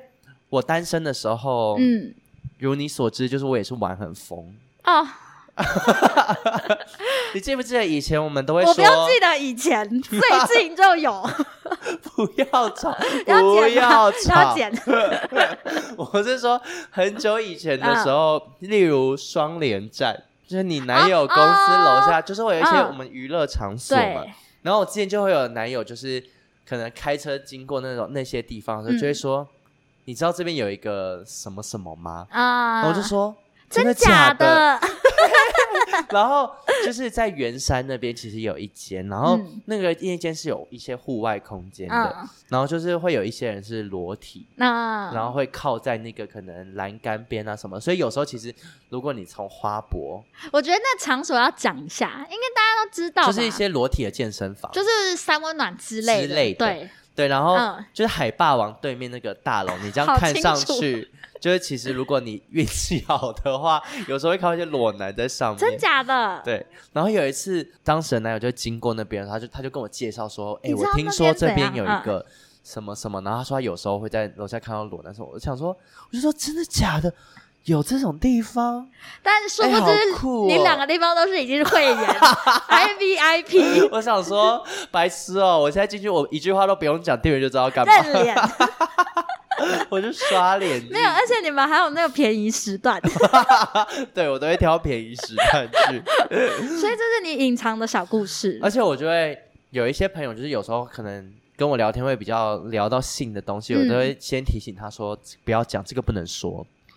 A: 我单身的时候，
B: 嗯，
A: 如你所知，就是我也是玩很疯。
B: 哦，
A: 你记不记得以前我们都会说
B: 我不要记得以前，最近就有，
A: [laughs] 不要
B: [laughs]
A: 吵，
B: 要剪
A: 不要
B: 吗要
A: 吵。
B: 剪，
A: [laughs] 我是说很久以前的时候，
B: 嗯
A: 例如双连战，就是你男友公司楼下，就是会有一些
B: 嗯
A: 我们娱乐场所嘛。
B: 啊对，
A: 然后我之前就会有男友，就是可能开车经过那种那些地方的时候，
B: 嗯
A: 就会说：“你知道这边有一个什么什么吗？”然
B: 啊
A: 后我就说。哦真
B: 真
A: 的假的？
B: 的， [laughs]
A: 然后就是在圆山那边，其实有一间，然后
B: 嗯
A: 那个那间是有一些户外空间的，
B: 嗯，
A: 然后就是会有一些人是裸体，
B: 那
A: 然后会靠在那个可能栏杆边啊什么，所以有时候其实如果你从花博，
B: 我觉得那场所要讲一下，应该大家都知道吧，
A: 就是一些裸体的健身房，
B: 就是三温暖之类的，
A: 之类的
B: 对，
A: 对，然后
B: 嗯
A: 就是海霸王对面那个大楼，你这样
B: 好
A: 看
B: 清
A: 上
B: 楚
A: 去，就是其实如果你运气好的话， [laughs] 有时候会看到一些裸男在上面，
B: 真假的？
A: 对，然后有一次，当时的男友就经过那边，他就他就跟我介绍说，哎、
B: 你知
A: 我
B: 道
A: 听
B: 那
A: 说
B: 边
A: 这
B: 怎
A: 边
B: 样
A: 有一
B: 嗯
A: 个什么什么，然后他说他有时候会在楼下看到裸男什么，我就想说，我就说真的假的，有这种地方？ [laughs]
B: 但是殊
A: 哎
B: 不
A: 好
B: 知、
A: 酷哦
B: 你两个地方都是已经是会员
A: [laughs]
B: ，I V I P
A: 我想说白痴哦，我现在进去我一句话都不用讲，店员就知道干嘛，
B: 认脸，
A: [laughs] 我就刷脸，
B: 没有，而且你们还有那个便宜时段，
A: 对我都会挑便宜时段去，
B: 所以这是你隐藏的小故事
A: 而。且我就会有一些朋友，就是有时候可能。跟我聊天会比较聊到性的东西，我都
B: 嗯
A: 会先提醒他说不要讲这个，不能说，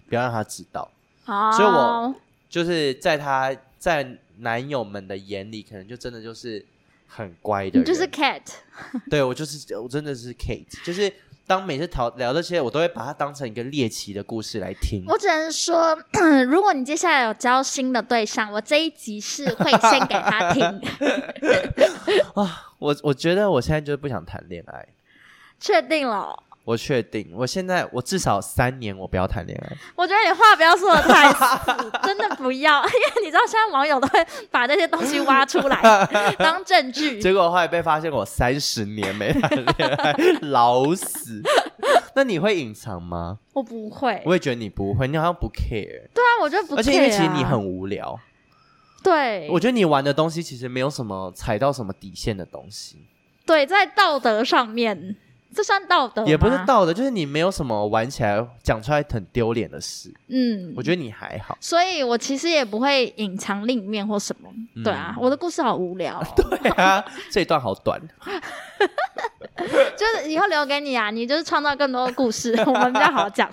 A: 不要让他知道。
B: 哦，
A: 所以我就是在她在男友们的眼里，可能就真的就是很乖的人，
B: 你就是 cat，
A: 对我就是我真的是 Kate，就是当每次讨聊这些，我都会把它当成一个猎奇的故事来听。
B: 我只能说， [clears throat] 如果你接下来有交新的对象，我这一集是会先给
A: [laughs]
B: 他听，
A: 我我觉得我现在就是不想谈恋爱，
B: 确定了。
A: 我确定，我现在我至少三年我不要谈恋爱。
B: 我觉得你话不要说的太死，真的不要， [laughs] 因为你知道现在网友都会把这些东西挖出
A: [laughs]
B: 来当证据。
A: 结果后来被发现我三十年没谈恋爱， [laughs] 老
B: [laughs]
A: 死。那你会隐藏吗？
B: 我不会，
A: 我也觉得你不会，你好像不 care，,
B: 对啊，我就不啊 care 啊、
A: 而且因为其实你很无聊。
B: 对，
A: 我觉得你玩的东西其实没有什么踩到什么底线的东西，
B: 对在道德上面，这算道德
A: 也不是
B: 吗，
A: 道德，就是你没有什么玩起来讲出来很丢脸的事。
B: 嗯
A: 我，觉得你还
B: [laughs]
A: 好，
B: 所以我其实也不会隐藏另一面或什么。
A: 嗯
B: 对啊，我的故事好无聊哦、
A: 对啊，这一段好
B: [laughs]
A: 短。
B: 就是以后留给你啊，你就是创造更多的故事，我们比较好
A: [laughs]
B: 讲。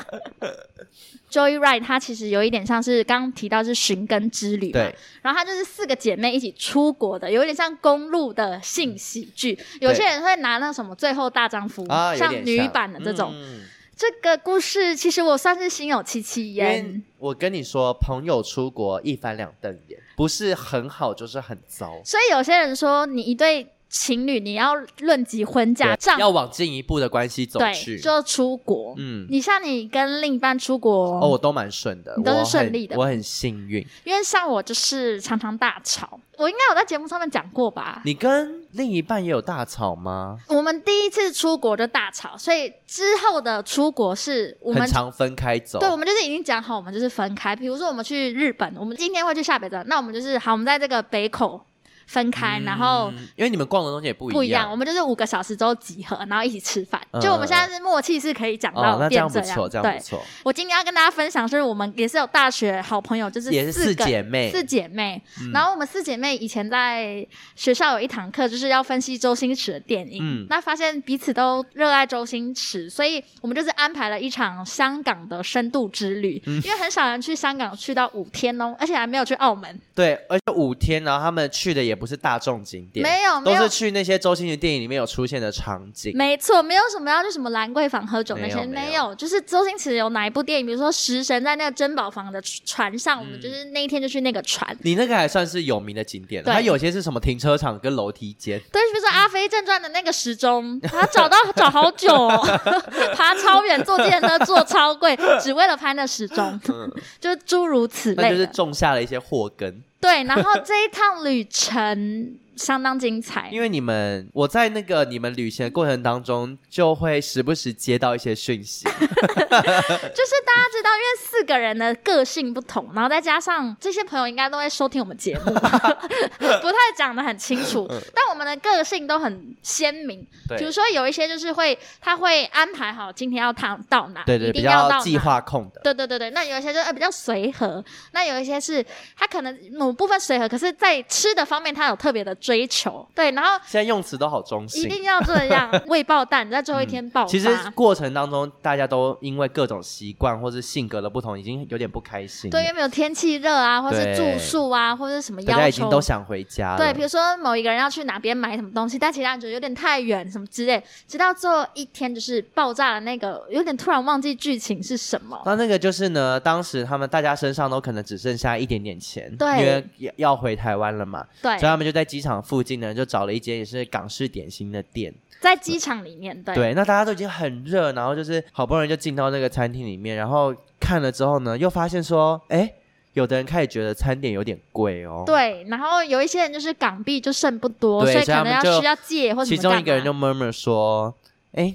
B: Joy Ride 它其实有一点像是刚刚提到是寻根之旅嘛，
A: 对，
B: 然后它就是四个姐妹一起出国的，有点像公路的
A: 嗯
B: 性喜剧。有些人会拿那什么最后大丈夫，
A: 啊，有
B: 像
A: 点
B: 嗯女版的这种。
A: 嗯
B: 这个故事其实我算是心有戚戚
A: 因为
B: 焉，
A: 我跟你说，朋友出国一翻两瞪眼，不是很好就是很糟。
B: 所以有些人说你一对情侣你要论及婚
A: 对
B: 嫁，这样
A: 要往进一步的关系走
B: 对，
A: 去。
B: 就出国。
A: 嗯，
B: 你像你跟另一半出国，
A: 哦，我都蛮顺的，
B: 你都是
A: 我
B: 顺
A: 很
B: 利的
A: 我很幸运。
B: 因为像我就是常常大吵，我应该有在节目上面讲过吧？
A: 你跟另一半也有大吵吗？
B: 我们第一次出国就大吵，所以之后的出国是我
A: 很哦
B: 们
A: 常分开走。
B: 对，我们就是已经讲好，我们就是分开。比如说我们去日本，我们今天会去下北泽，那我们就是好，我们在这个北口分开，然后
A: 嗯因为你们逛的东西也不
B: 不
A: 一
B: 一样，我们就是五个小时之后集合，然后一起吃饭。
A: 嗯
B: 就我们现在是默契是可以讲
A: 哦，
B: 到
A: 那这
B: 变
A: 样不错，这样不
B: 对，
A: 错，
B: 我今天要跟大家分享，就是我们也是有大学好朋友，就是
A: 也是
B: 四
A: 四
B: 个
A: 姐妹，
B: 四姐妹，
A: 哎嗯
B: 然后我们四姐妹以前在学校有一堂课，就是要分析周星驰的电影。
A: 嗯
B: 那发现彼此都热爱周星驰，所以我们就是安排了一场香港的深度之旅。
A: 嗯
B: 因为很少人去香港去到五天哦，而且还没有去澳门，
A: 对，而且五天，然后他们去的也不是大众景点，
B: 没有没
A: 都
B: 有
A: 是去那些周星驰电影里面有出现的场景。
B: 没错，没有什么要去什么兰桂坊喝酒那些，
A: 没有没有
B: 就是周星驰有哪一部电影，比如说《食神》在那个珍宝房的船上，我们
A: 嗯
B: 就是那一天就去那个船。
A: 你那个还算是有名的景点，
B: 对
A: 它有些是什么停车场跟楼梯间，
B: 对，比如说《阿飞正传》的那个时钟，他找到找好久、哦，
A: [laughs]
B: 爬超远，坐计程车坐超贵，只为了拍那时钟， [laughs] 就是诸如此
A: 嗯那
B: 类
A: 就
B: 的。
A: 是种下了一些祸根。
B: 对，然后这一趟旅程相当精彩，
A: 因为你们，我在那个你们旅行的过程当中，就会时不时接到一些讯
B: [laughs]
A: 息，
B: 就是大家知道，因为四个人的个性不同，然后再加上这些朋友应该都会收听我
A: [laughs]
B: 们节目，不太讲的很清楚，但我们的个性都很鲜明。
A: 嗯对
B: 比如说有一些就是会，他会安排好今天要躺到哪，
A: 对对，
B: 一
A: 比
B: 定要到
A: 较
B: 哪
A: 计划控的，
B: 对对对对，那有一些就呃比较随和，那有一些是他可能某部分随和，可是在吃的方面他有特别的追求，对，然后
A: 现在用词都好中
B: 一
A: 性。
B: 定要这
A: [laughs]
B: 样未爆弹，在最后一天爆发。
A: 嗯其实过程当中，大家都因为各种习惯或是性格的不同，已经有点不开心了。
B: 对，因为没有天气热啊，或是
A: 对
B: 住宿啊，或是什么
A: 大家
B: 要
A: 已经
B: 求。
A: 都想回家了。
B: 对，比如说某一个人要去哪边买什么东西，但其他人觉得有点太远，什么之类，直到最后一天就是爆炸了那个，有点突然忘记剧情是什么。
A: 那那个就是呢，当时他们大家身上都可能只剩下一点点钱，
B: 对
A: 因为要要回台湾了嘛，
B: 对
A: 所以，他们就在机场附近呢，就找了一间也是港式点心的店。
B: 在机场里面，对，
A: 对，那大家都已经很热，然后就是好不容易就进到那个餐厅里面，然后看了之后呢，又发现说，哎，有的人开始觉得餐点有点贵哦。。
B: 对，然后有一些人就是港币就剩不多，
A: 对
B: 所以
A: 所以
B: 可
A: 他
B: 能
A: 们
B: 要
A: 就
B: 需要借或者
A: 其中一个人就 murmur 说，哎，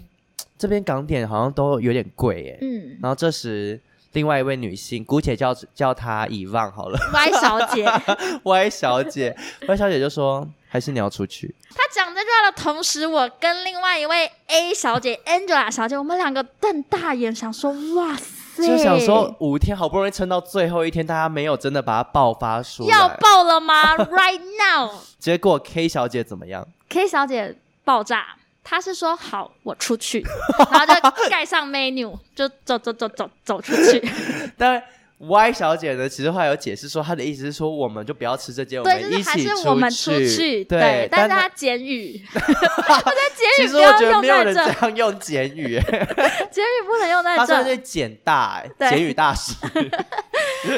A: 这边港点好像都有点贵耶。
B: 嗯
A: 然后这时。另外一位女性，姑且叫叫她以望好了。 [laughs]
B: ，Y 小姐，她
A: Y 小姐，Y 小姐就说：“还是你要出去。
B: 讲这句话的同时，我跟另外一位 A 小姐 Angela 小姐，我们两个瞪大眼想说，哇”塞，
A: 就想说五天好不容易撑到最后一天，大家没有真的把它爆发出
B: 要
A: 来。
B: 爆了吗？Right now。 [laughs]
A: 结果 K 小姐怎么样？
B: K 小姐爆炸，她是说好我出去，然后就盖上 menu 就走走走走走出去，
A: 但 Y 小姐呢，其实后来有解释说，她的意思是说，我们就不要吃这间，我
B: 对，就
A: 一
B: 是还
A: 起
B: 是
A: 出
B: 我们出去，
A: 对，
B: 但是
A: 她
B: 她
A: [laughs]
B: 监狱， [laughs] 我
A: 其
B: 在监狱
A: 实
B: 不
A: 我
B: 要
A: 觉得
B: 用
A: 没有
B: 在
A: 人
B: 这，
A: 这样用简语，哎
B: [laughs] 监狱不能用在
A: 她算
B: 这，
A: 是简大哎，
B: [laughs] 对
A: 简语大师。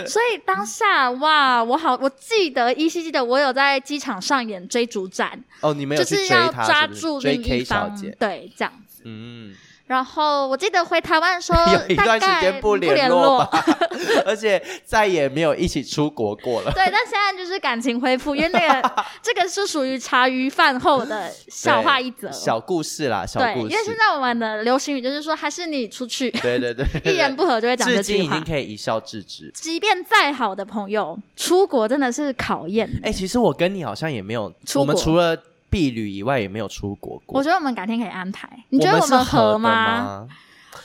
B: 所以当下哇，我好，我记得 E 依稀记得我有在机场上演追逐战，
A: 哦，你们有
B: 就
A: 去
B: 是
A: 追
B: 要
A: 她
B: 抓
A: 是不是
B: 住
A: 追
B: 另一
A: K 小
B: 方
A: 姐，，
B: 对，这样。
A: 嗯。，
B: 然后我记得回台湾的时候
A: [laughs] 有一
B: 呃大
A: 段时
B: 概
A: 间不联
B: 联
A: 络吧， [laughs] 而且再也没有一起出国过
B: [laughs]
A: 了。
B: 对，但现在就是感情恢复，因为那
A: [laughs]
B: 个这个是属于茶余饭后的笑话一则。
A: 小故事啦，小
B: 对，
A: 故
B: 因
A: 事。
B: 为现在我们的流行语就是说，还是你出去，
A: 对对对，
B: 一言不合就会讲这
A: 至今
B: 句
A: 已
B: 话
A: 经。可以一笑置之。
B: 即便再好的朋友，出国真的是考验。
A: 哎、其实我跟你好像也没有，
B: 出国
A: 我们除了避旅以外也没有出国过。
B: 我觉得我们改天可以安排。你觉得
A: 我
B: 我
A: 是
B: 们
A: 合
B: 合
A: 的
B: 吗？
A: 吗？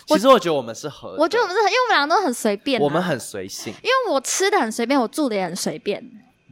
B: 我
A: 其实我觉得我们是合的，
B: 我觉得我们是很，因为我们两个都很随便、啊。
A: 我们，很随性。
B: 因为我吃的很随便，我住的也很随便。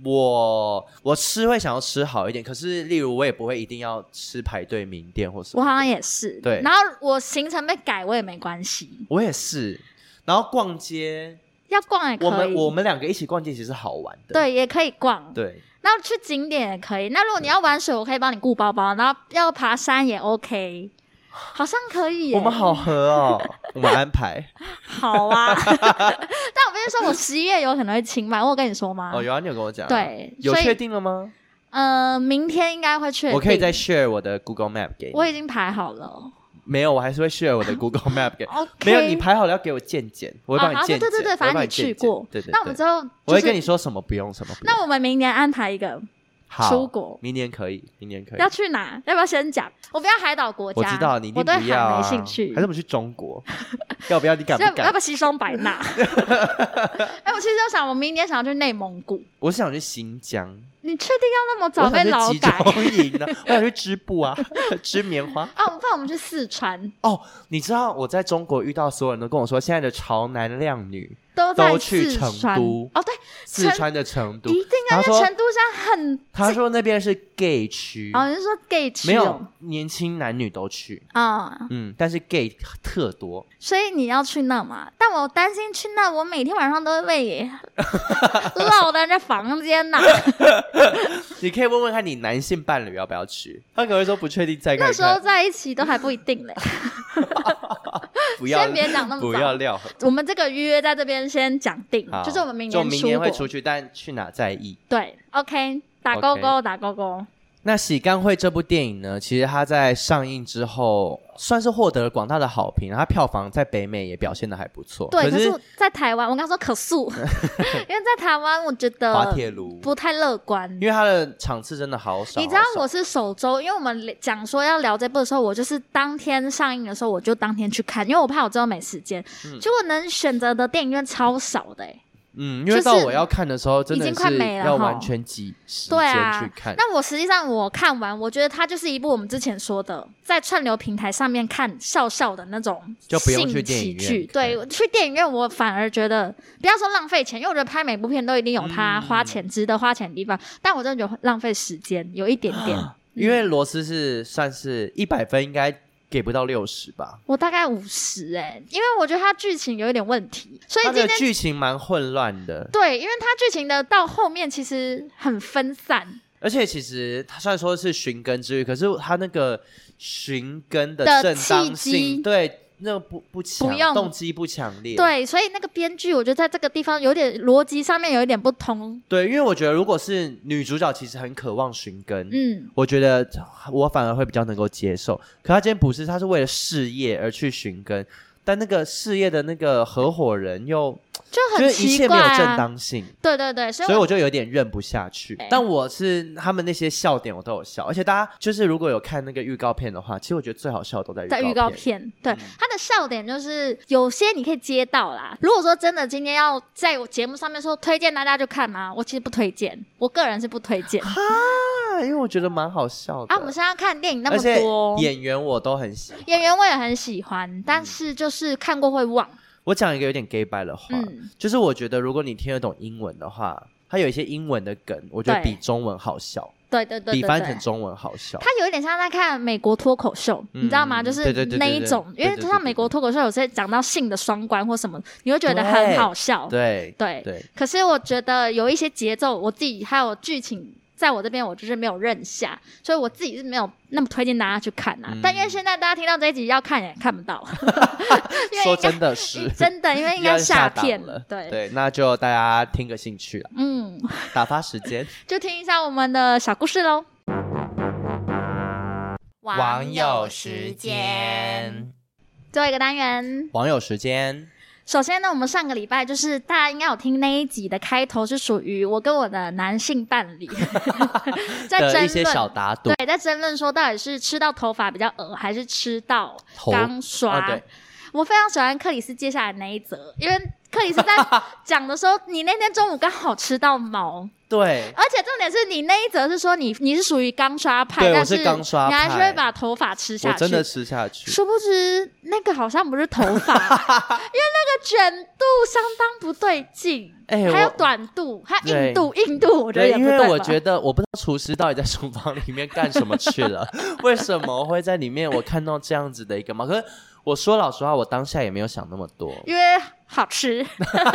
A: 我我吃会想要吃好一点，可是例如我也不会一定要吃排队名店或什么。
B: 我好像也是。
A: 对
B: 然后我行程被改，我也没关系，
A: 我也是。然后逛街，
B: 要逛也可以。
A: 我们我们两个一起逛街其实是好玩的。
B: 对也可以逛。
A: 对，
B: 那去景点也可以。那如果你要玩水，我可以帮你顾包包，然后要爬山也 OK，好像可以耶。
A: 我们好合哦，
B: [laughs]
A: 我们安排。
B: 好啊， [laughs] 但我跟你说，我十一月有可能会清迈，我有跟你说吗？
A: 哦哦，有啊，你有跟我讲啊。
B: 对
A: 有
B: 所以
A: 确定了吗？
B: 呃，明天应该会确定。
A: 我可以再 share 我的 Google Map 给你。
B: 我已经排好了。
A: 没有，我还是会 share 我的 Google [laughs] Map 给。
B: OK，
A: 没有，你排好了要给我见见，我会帮
B: 啊，
A: 你
B: 好，
A: 见
B: 对
A: 见。
B: 对对
A: 我
B: 对，
A: 会
B: 反正
A: 帮
B: 你
A: 见
B: 去
A: 见
B: 过，
A: 对对对。
B: 那我们之后
A: 我
B: 就
A: 会跟你
B: 是，
A: 说什么不用什么不用。
B: 那我们明年安排一个
A: 好
B: 出国
A: 明年可以，明年可以
B: 要。去哪？要不要先讲？我不要海岛国家，
A: 我知道你一
B: 我
A: 定
B: 对
A: 不要
B: 海
A: 啊，
B: 没兴趣
A: 还。是我们去中
B: [laughs]
A: 国？要不要？你敢
B: 要
A: 不
B: 要
A: 敢
B: 不要？西双版
A: [laughs]
B: 纳？哎，我其实就想，我明年想要去内蒙古。
A: 我想去新疆，
B: 你确定要那么
A: 我
B: 早被
A: 想
B: 劳
A: 去集中
B: 改？ [laughs]
A: 营呢，我想去织布啊， [laughs] 织棉花。
B: 啊，我怕我们去四川，
A: 哦，你知道我在中国遇到所有人都跟我说，现在的潮男靓女，
B: 都在
A: 都去
B: 四
A: 成
B: 川。
A: 都
B: 哦，对，
A: 四川的成都
B: 一，定啊，
A: 他
B: 因
A: 说
B: 为成都现在很
A: 他说那边是 gay 区，
B: 哦，你是说 gay 区
A: 没有
B: 哦
A: 年轻男女都去，
B: 啊、
A: 嗯，但是 gay 特多，
B: 所以你要去那嘛？但我担心去那，我每天晚上都
A: [laughs]
B: 会被落在这房间呐、
A: 你可以问问看你男性伴侣要不要去，他可能会说不确定再看
B: 那时候
A: 看，
B: 在一起都还不一定嘞，
A: 不要
B: 先别讲那么
A: 不要
B: 早。
A: 料很，
B: 我们这个约在这边先讲定
A: 好，
B: 就是我们明
A: 就
B: 年
A: 明
B: 出
A: 年
B: 国。
A: 会出去，但去哪在意。
B: 对，OK，打勾勾打勾勾。
A: 那《喜干会》这部电影呢，其实它在上映之后，算是获得了广大的好评，它票房在北美也表现的还不错。
B: 对，可
A: 可
B: 是我在台湾，我刚说
A: [laughs]
B: 可诉，因为在台湾我觉
A: 滑
B: 得
A: 铁卢，
B: 呃不太乐观。
A: 因为它的场次真的好少。
B: 你知道
A: 好少
B: 我是首周，因为我们讲说要聊这部的时候，我就是当天上映的时候，我就当天去看，因为我怕我之后没时间。
A: 嗯
B: 结果能选择的电影院超少的、欸，
A: 嗯，因为
B: 就是
A: 到我要看的时候，真的
B: 已经快
A: 是
B: 没了
A: 要
B: 吼
A: 完全挤时
B: 对
A: 间
B: 啊
A: 去看。
B: 那我实际上我看完，我觉得它就是一部我们之前说的，在串流平台上面看笑笑的那种
A: 就不用
B: 性
A: 去电影
B: 喜
A: 院
B: 剧。
A: 看
B: 对，我去电影院我反而觉得不要说浪费钱，因为我觉得拍每部片都一定有它花钱值得花钱的地方，但我真的觉得浪费时间有一点点。
A: 因
B: 嗯
A: 为罗斯是算是一百分，应该给不到六十吧。
B: 我大概五十哎，因为我觉得它剧情有一点问题，所以
A: 它
B: 今天
A: 的剧情蛮混乱的，
B: 对，因为它剧情的到后面其实很分散
A: 而且其实它虽然说是寻根之旅，可是它那个寻根的
B: 的
A: 正当
B: 契机
A: 性，对那个不不强，
B: 不用
A: 动机不强烈。
B: 对，所以那个编剧我觉得在这个地方有点逻辑上面有一点不同，
A: 对，因为我觉得如果是女主角，其实很渴望寻根。
B: 嗯，
A: 我觉得我反而会比较能够接受，可她今天不是，她是为了事业而去寻根，但那个事业的那个合伙人又
B: 就
A: 就
B: 很
A: 是一
B: 奇
A: 切
B: 怪
A: 没有正
B: 啊。
A: 当性，
B: 对对对，所以
A: 所以
B: 我
A: 我就有点认不下去
B: 哎。
A: 但我是他们那些笑点我都有笑，而且大家就是如果有看那个预告片的话，其实我觉得最好笑的都在
B: 在预
A: 预
B: 告
A: 告。嗯
B: 片，对它的笑点就是有些你可以接到啦。如果说真的今天要在我节目上面说推荐大家去看吗？我其实不推荐，我个人是不推
A: [laughs]
B: 荐。啊，
A: 啊，因为我觉得蛮好笑的。
B: 我们现在看电影那
A: 而
B: 么
A: 且
B: 多，
A: 演员我都很喜欢。
B: 演员我也很喜欢，但是
A: 嗯
B: 就是看过会忘。
A: 我讲一个有点 gay bye 的话，
B: 嗯，
A: 就是我觉得如果你听得懂英文的话，它有一些英文的梗，我觉得
B: 对
A: 比中文好笑，
B: 对对对
A: 比
B: 对
A: 翻成
B: 对。
A: 中文好笑
B: 它。有一点像在看美国脱口秀，
A: 嗯
B: 你知道吗？就是
A: 对对对对
B: 那一
A: 对
B: 种，
A: 对
B: 因
A: 对
B: 为就
A: 对
B: 像
A: 对
B: 美
A: 对
B: 国脱口秀有些讲到性的双关或什么，你会觉得
A: 对
B: 很好笑。
A: 对
B: 对
A: 对，
B: 可是我觉得有一些节奏，我自己还有剧情，在我这边我就是没有认下，所以我自己是没有那么推荐大家去看啊。
A: 嗯
B: 但因为现在大家听到这一集要看也看不
A: [laughs]
B: 到，因为
A: 说
B: 应该 [laughs]
A: 真的是
B: 真的，
A: [laughs]
B: 因为应
A: 要
B: 该
A: 下档
B: 片
A: 了。
B: 对，
A: 对，那就大家听个兴趣了，
B: 嗯，
A: 打发时间。
B: 就听一下我们的小故事喽。
A: 网友时间，
B: 最后一个单元，
A: 网友时间，
B: 首先呢，我们上个礼拜就是大家应该有听那一集的开头是属于我跟我的男性伴
A: [laughs]
B: 侣在争
A: 的
B: 论
A: 一些小打赌，
B: 对，在争论说到底是吃到头发比较恶，还是吃到
A: 头
B: 刚刷、
A: 啊对
B: 我非常喜欢克里斯接下来那一则，因为克里斯
A: [laughs]
B: 在讲的时候，你那天中午刚好吃到毛，
A: 对
B: 而且重点是你那一则是说你你是属于刚刷派，
A: 对
B: 但
A: 我是刚刷
B: 你还是
A: 派
B: 会把头发吃下
A: 我
B: 去。
A: 真的吃下去。
B: 殊不知那个好像不是
A: [laughs]
B: 头发，因为那个卷度相当不对劲，
A: 哎我
B: 还有短度，还有
A: 对
B: 硬度，硬度我觉得
A: 对，
B: 也不
A: 因
B: 对
A: 为我
B: 吧
A: 觉得我不知道厨师到底在厨房里面干什么去 [laughs] 了，为什么会在里面我看到这样子的一个毛？可是我说老实话，我当下也没有想那么多，
B: 因为好吃，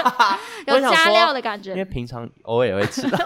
A: [laughs] 我
B: 有
A: 想
B: 加
A: 说
B: 料的感
A: 因为
B: 觉。
A: [laughs] 平常偶尔也会吃到。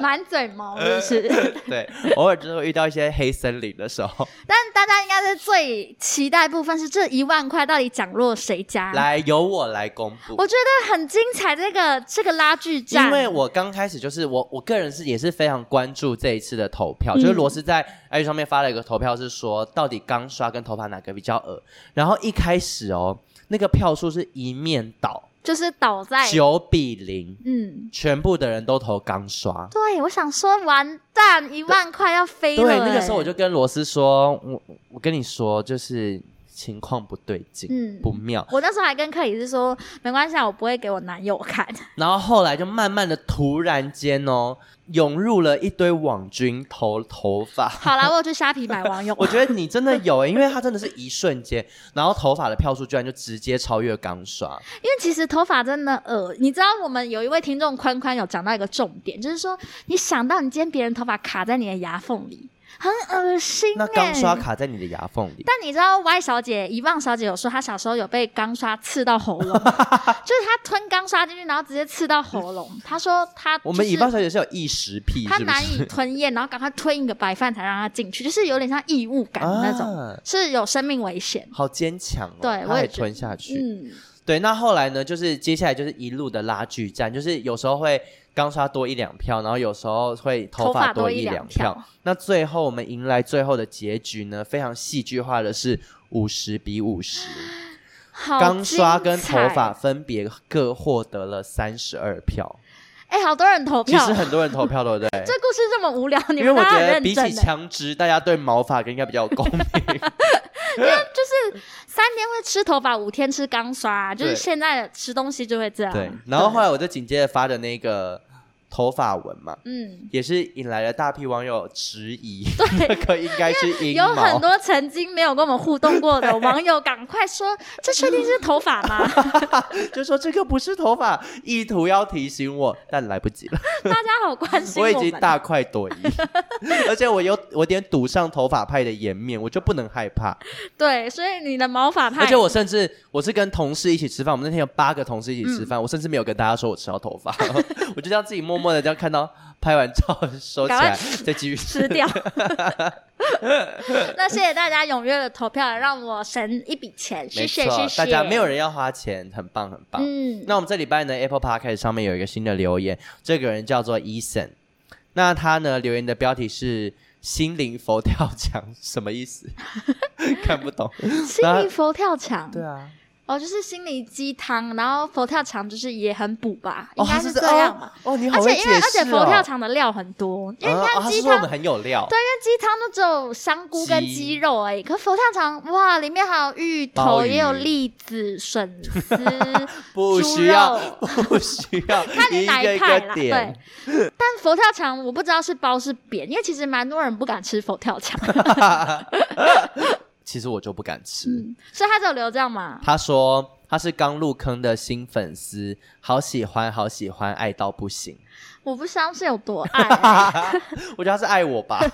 B: 满嘴毛，是不是？
A: 对，偶尔就是会遇到一些黑森林的时候，
B: 但大家应该是最期待部分是这一万块到底涨落谁家？
A: 来由我来公布。
B: 我觉得很精彩，这个这个拉锯战，
A: 因为我刚开始就是我，我个人是也是非常关注这一次的投票，就是
B: 嗯
A: 罗斯在 IG 上面发了一个投票，是说到底钢刷跟头发哪个比较恶。然后一开始哦，那个票数是一面倒，
B: 就是倒在
A: 九比零，
B: 嗯，
A: 全部的人都投钢刷。
B: 对，我想说完蛋，一万块要飞了、欸
A: 对，那个时候我
B: 就
A: 就跟罗斯说，我我跟你说，就是情况不对劲，
B: 嗯
A: 不妙。
B: 我那时候还跟克里斯说，没关系，啊，我不会给我男友看。 [laughs]
A: 然后后来就慢慢的，突然间哦，涌入了一堆网军投头发。，
B: 好啦，我有去虾皮买网友
A: [laughs] 我觉得你真的有、欸，因为它真的是一瞬间，然后头发的票数居然就直接超越钢刷，
B: 因为其实头发真的呃，你知道我们有一位听众宽宽有讲到一个重点，就是说你想到你今天别人头发卡在你的牙缝里，很恶心、欸。
A: 那钢刷卡在你的牙缝里，
B: 但你知道 Y 小姐、遗忘小姐有说她小时候有被钢刷刺到喉
A: [laughs]
B: 咙，就是她吞钢刷进去，然后直接刺到喉咙。她说她、就是、
A: 我们尾巴小姐是有异食癖，
B: 她
A: 是不
B: 难以
A: 是？
B: 吞咽，然后赶快吞一个白饭才让她进去，就是有点像异物感的那种，
A: 啊
B: 是有生命危险。
A: 好坚强哦，
B: 对
A: 她
B: 我也
A: 还
B: 觉
A: 吞下去。
B: 嗯，
A: 对，那后来呢，就是接下来就是一路的拉锯战，就是有时候会钢刷多一两票，然后有时候会头
B: 头发
A: 发
B: 多一
A: 一
B: 两
A: 两票。
B: 票
A: 那最后我们迎来最后的结局呢，非常戏剧化的是五十比五十，
B: 好
A: 钢刷
B: 精
A: 跟头
B: 彩
A: 发，分别各获得了三十二票。
B: 哎、好多人投
A: 其
B: 票
A: 实。很多人投票，对
B: [laughs]
A: 不对
B: 这？故事这么无聊，你
A: 因为
B: 们
A: 我
B: 大家
A: 觉
B: 很
A: 得
B: 认
A: 比
B: 真
A: 起
B: 的。
A: 枪支，大家对毛发应该比较有共鸣。
B: [laughs] 就是三天会吃头发，五天吃钢刷、啊就是
A: 对
B: 现在吃东西就会这样。
A: 对，然后后
B: 对
A: 来我就紧接着发的那个头发文嘛，
B: 嗯，
A: 也是引来了大批网友质疑，
B: 对
A: [laughs] 那个应该是阴
B: 有很
A: 毛。
B: 多曾经没有跟我们互动过的网友，赶快说，这确定是头发
A: [laughs]
B: 吗？
A: 就说这个不是头发，意图要提醒我，但来不及
B: [laughs]
A: 了，
B: 大家好关心
A: 我已
B: 们。
A: 经大快朵
B: [laughs]
A: 颐，而且我有我有点赌上头发派的颜面，我就不能害怕。
B: 对，所以你的毛发派，
A: 而且我甚至我是跟同事一起吃饭，我们那天有八个同事一起吃饭，
B: 嗯
A: 我甚至没有跟大家说我吃到头发， [laughs] 我就这样自己默默的这样看到拍完照收起
B: 赶快
A: 来，再继续吃。
B: 吃掉。
A: [laughs]
B: 那谢谢大家踊跃的投票，让我省一笔钱，谢
A: 没
B: 谢
A: 错
B: 谢，谢。
A: 大家没有人要花钱，很棒很棒。
B: 嗯，
A: 那我们这礼拜呢，Apple Podcast 上面有一个新的留言，这个人叫做 Eason，那他呢留言的标题是“心灵佛跳墙”，什么意
B: [laughs]
A: 思？看不懂。
B: 心灵佛跳墙，
A: 对啊，
B: 哦，就是心灵鸡汤，然后佛跳墙就是也很补吧，
A: 哦，
B: 应该
A: 他是
B: 这样吧
A: 吧？。哦，你好
B: 而
A: 会
B: 且
A: 解
B: 因
A: 释
B: 为
A: 哦。
B: 而且佛跳墙的料很多，因为
A: 哦，
B: 你
A: 哦他
B: 看
A: 是
B: 鸡
A: 说我
B: 汤
A: 们很有料。
B: 对，因为鸡汤都只有香菇跟
A: 鸡
B: 鸡肉而已，可佛跳墙哇，里面还有芋头，
A: 鲍鱼、
B: 也有栗子、笋丝
A: [laughs] 不
B: 猪
A: 需要
B: 肉，
A: 不需要，
B: [laughs] 看你
A: 一
B: 哪
A: 个
B: 一
A: 一
B: 派
A: 个
B: 啦。
A: 点
B: 对。，但佛跳墙我不知道是包是扁，因为其实蛮多人不敢吃佛
A: [laughs]
B: 跳墙，
A: 其实我就不敢吃。
B: 嗯，所以他只有留这样嘛。
A: 他说他是刚入坑的新粉丝，好喜欢，好喜欢，爱到不行。
B: 我不相信有多
A: [laughs]
B: 爱。
A: 我觉得他是爱我
B: [laughs]
A: 吧，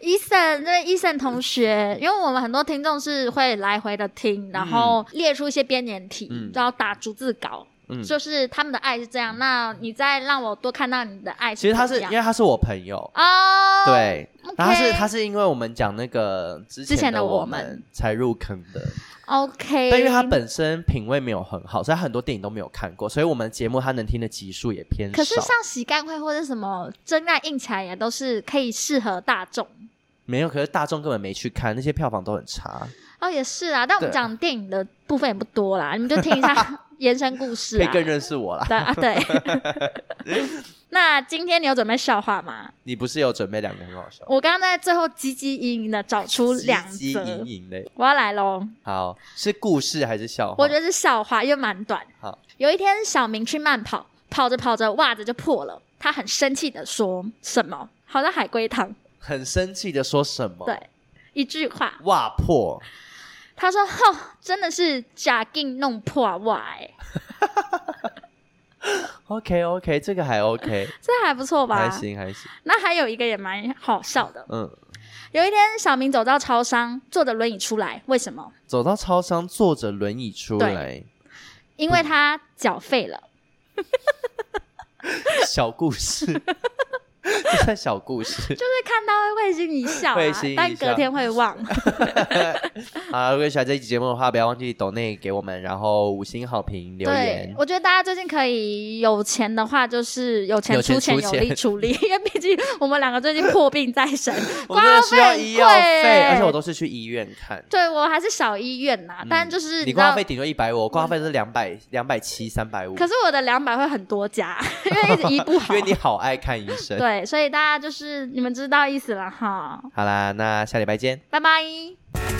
B: 伊森，这位伊森同学，因为我们很多听众是会来回的听，然后列出一些编年体，
A: 嗯
B: 然后打逐字稿。
A: 嗯
B: 就是他们的爱是这样，那你再让我多看到你的爱
A: 其实他
B: 怎
A: 是
B: 么
A: 因
B: 样
A: 为他是我朋友。
B: 哦，，
A: 对，然后他是
B: OK
A: 他是因为我们讲那个之
B: 之前的
A: 的
B: 我
A: 我
B: 们
A: 才入坑的，
B: ，OK，
A: 但因为他本身品味没有很好，所以他很多电影都没有看过，所以我们节目他能听的集数也偏少。
B: 可是像喜干会或者什么真爱硬起来也都是可以适合大众
A: 没有，可是大众根本没去看，那些票房都很差。
B: 哦，也是啊，但我们
A: 对
B: 讲电影的部分也不多啦，你们就听
A: [laughs]
B: 一下延伸故事
A: 可以
B: 啊，
A: 更认识我啦。 [laughs]
B: 对啊对。那今天你有准备笑话吗？
A: 你不是有准备两个很好笑？
B: 我刚刚在最后汲汲营营的找出两
A: 积极
B: 则
A: 盈，盈的。
B: 我要来喽。
A: 好，是故事还是笑话？
B: 我觉得是笑话，因为蛮短。
A: 好，
B: 有一天小明去慢跑，跑着跑着袜子就破了，他很生气的说什么？好像海龟汤，
A: 很生气的说什么？，
B: 对，一句话，
A: 袜破，
B: 他说：“吼，真的是假劲弄破袜、欸，
A: OK OK，这个还
B: [laughs]
A: OK，
B: 这还不错
A: 还
B: 吧？”
A: 行还行，
B: 那还有一个也蛮好笑的，
A: 嗯。
B: 有一天小明走到超商，坐着轮椅出来，为什么？
A: 走到超商，坐着轮椅出来，
B: 因为他脚废了。 [laughs]
A: 小故事，这算小故事。
B: 就是看到会会心一笑、啊，
A: 会心一
B: 但
A: 笑
B: 隔天会
A: [laughs]
B: 忘。
A: 好，如果喜欢这期节目的话，不要忘记抖内给我们，然后五星好评留
B: 对
A: 言，。
B: 我觉得大家最近可以有钱的话，就是有钱
A: 有钱
B: 出钱，
A: 出
B: 有
A: 钱
B: 力 [laughs] 出力，因为毕竟我们两个最近破病在身，
A: 我真的
B: 挂
A: 需要
B: 很
A: 医药
B: 贵
A: 费，而且我
B: 欸
A: 都是去医院看。
B: 对我还是小医院呐、
A: 嗯
B: 但就是
A: 你
B: 知道
A: 挂费顶多一百五，我挂费是两百、两百七、三百五。
B: 可是我的两百会很多家， [laughs] 因为一直医不好
A: 因为。你好爱看医生。
B: [laughs] 对，所以大家就是你们知道意思了哈，
A: 好啦，那下礼拜见。
B: 拜拜。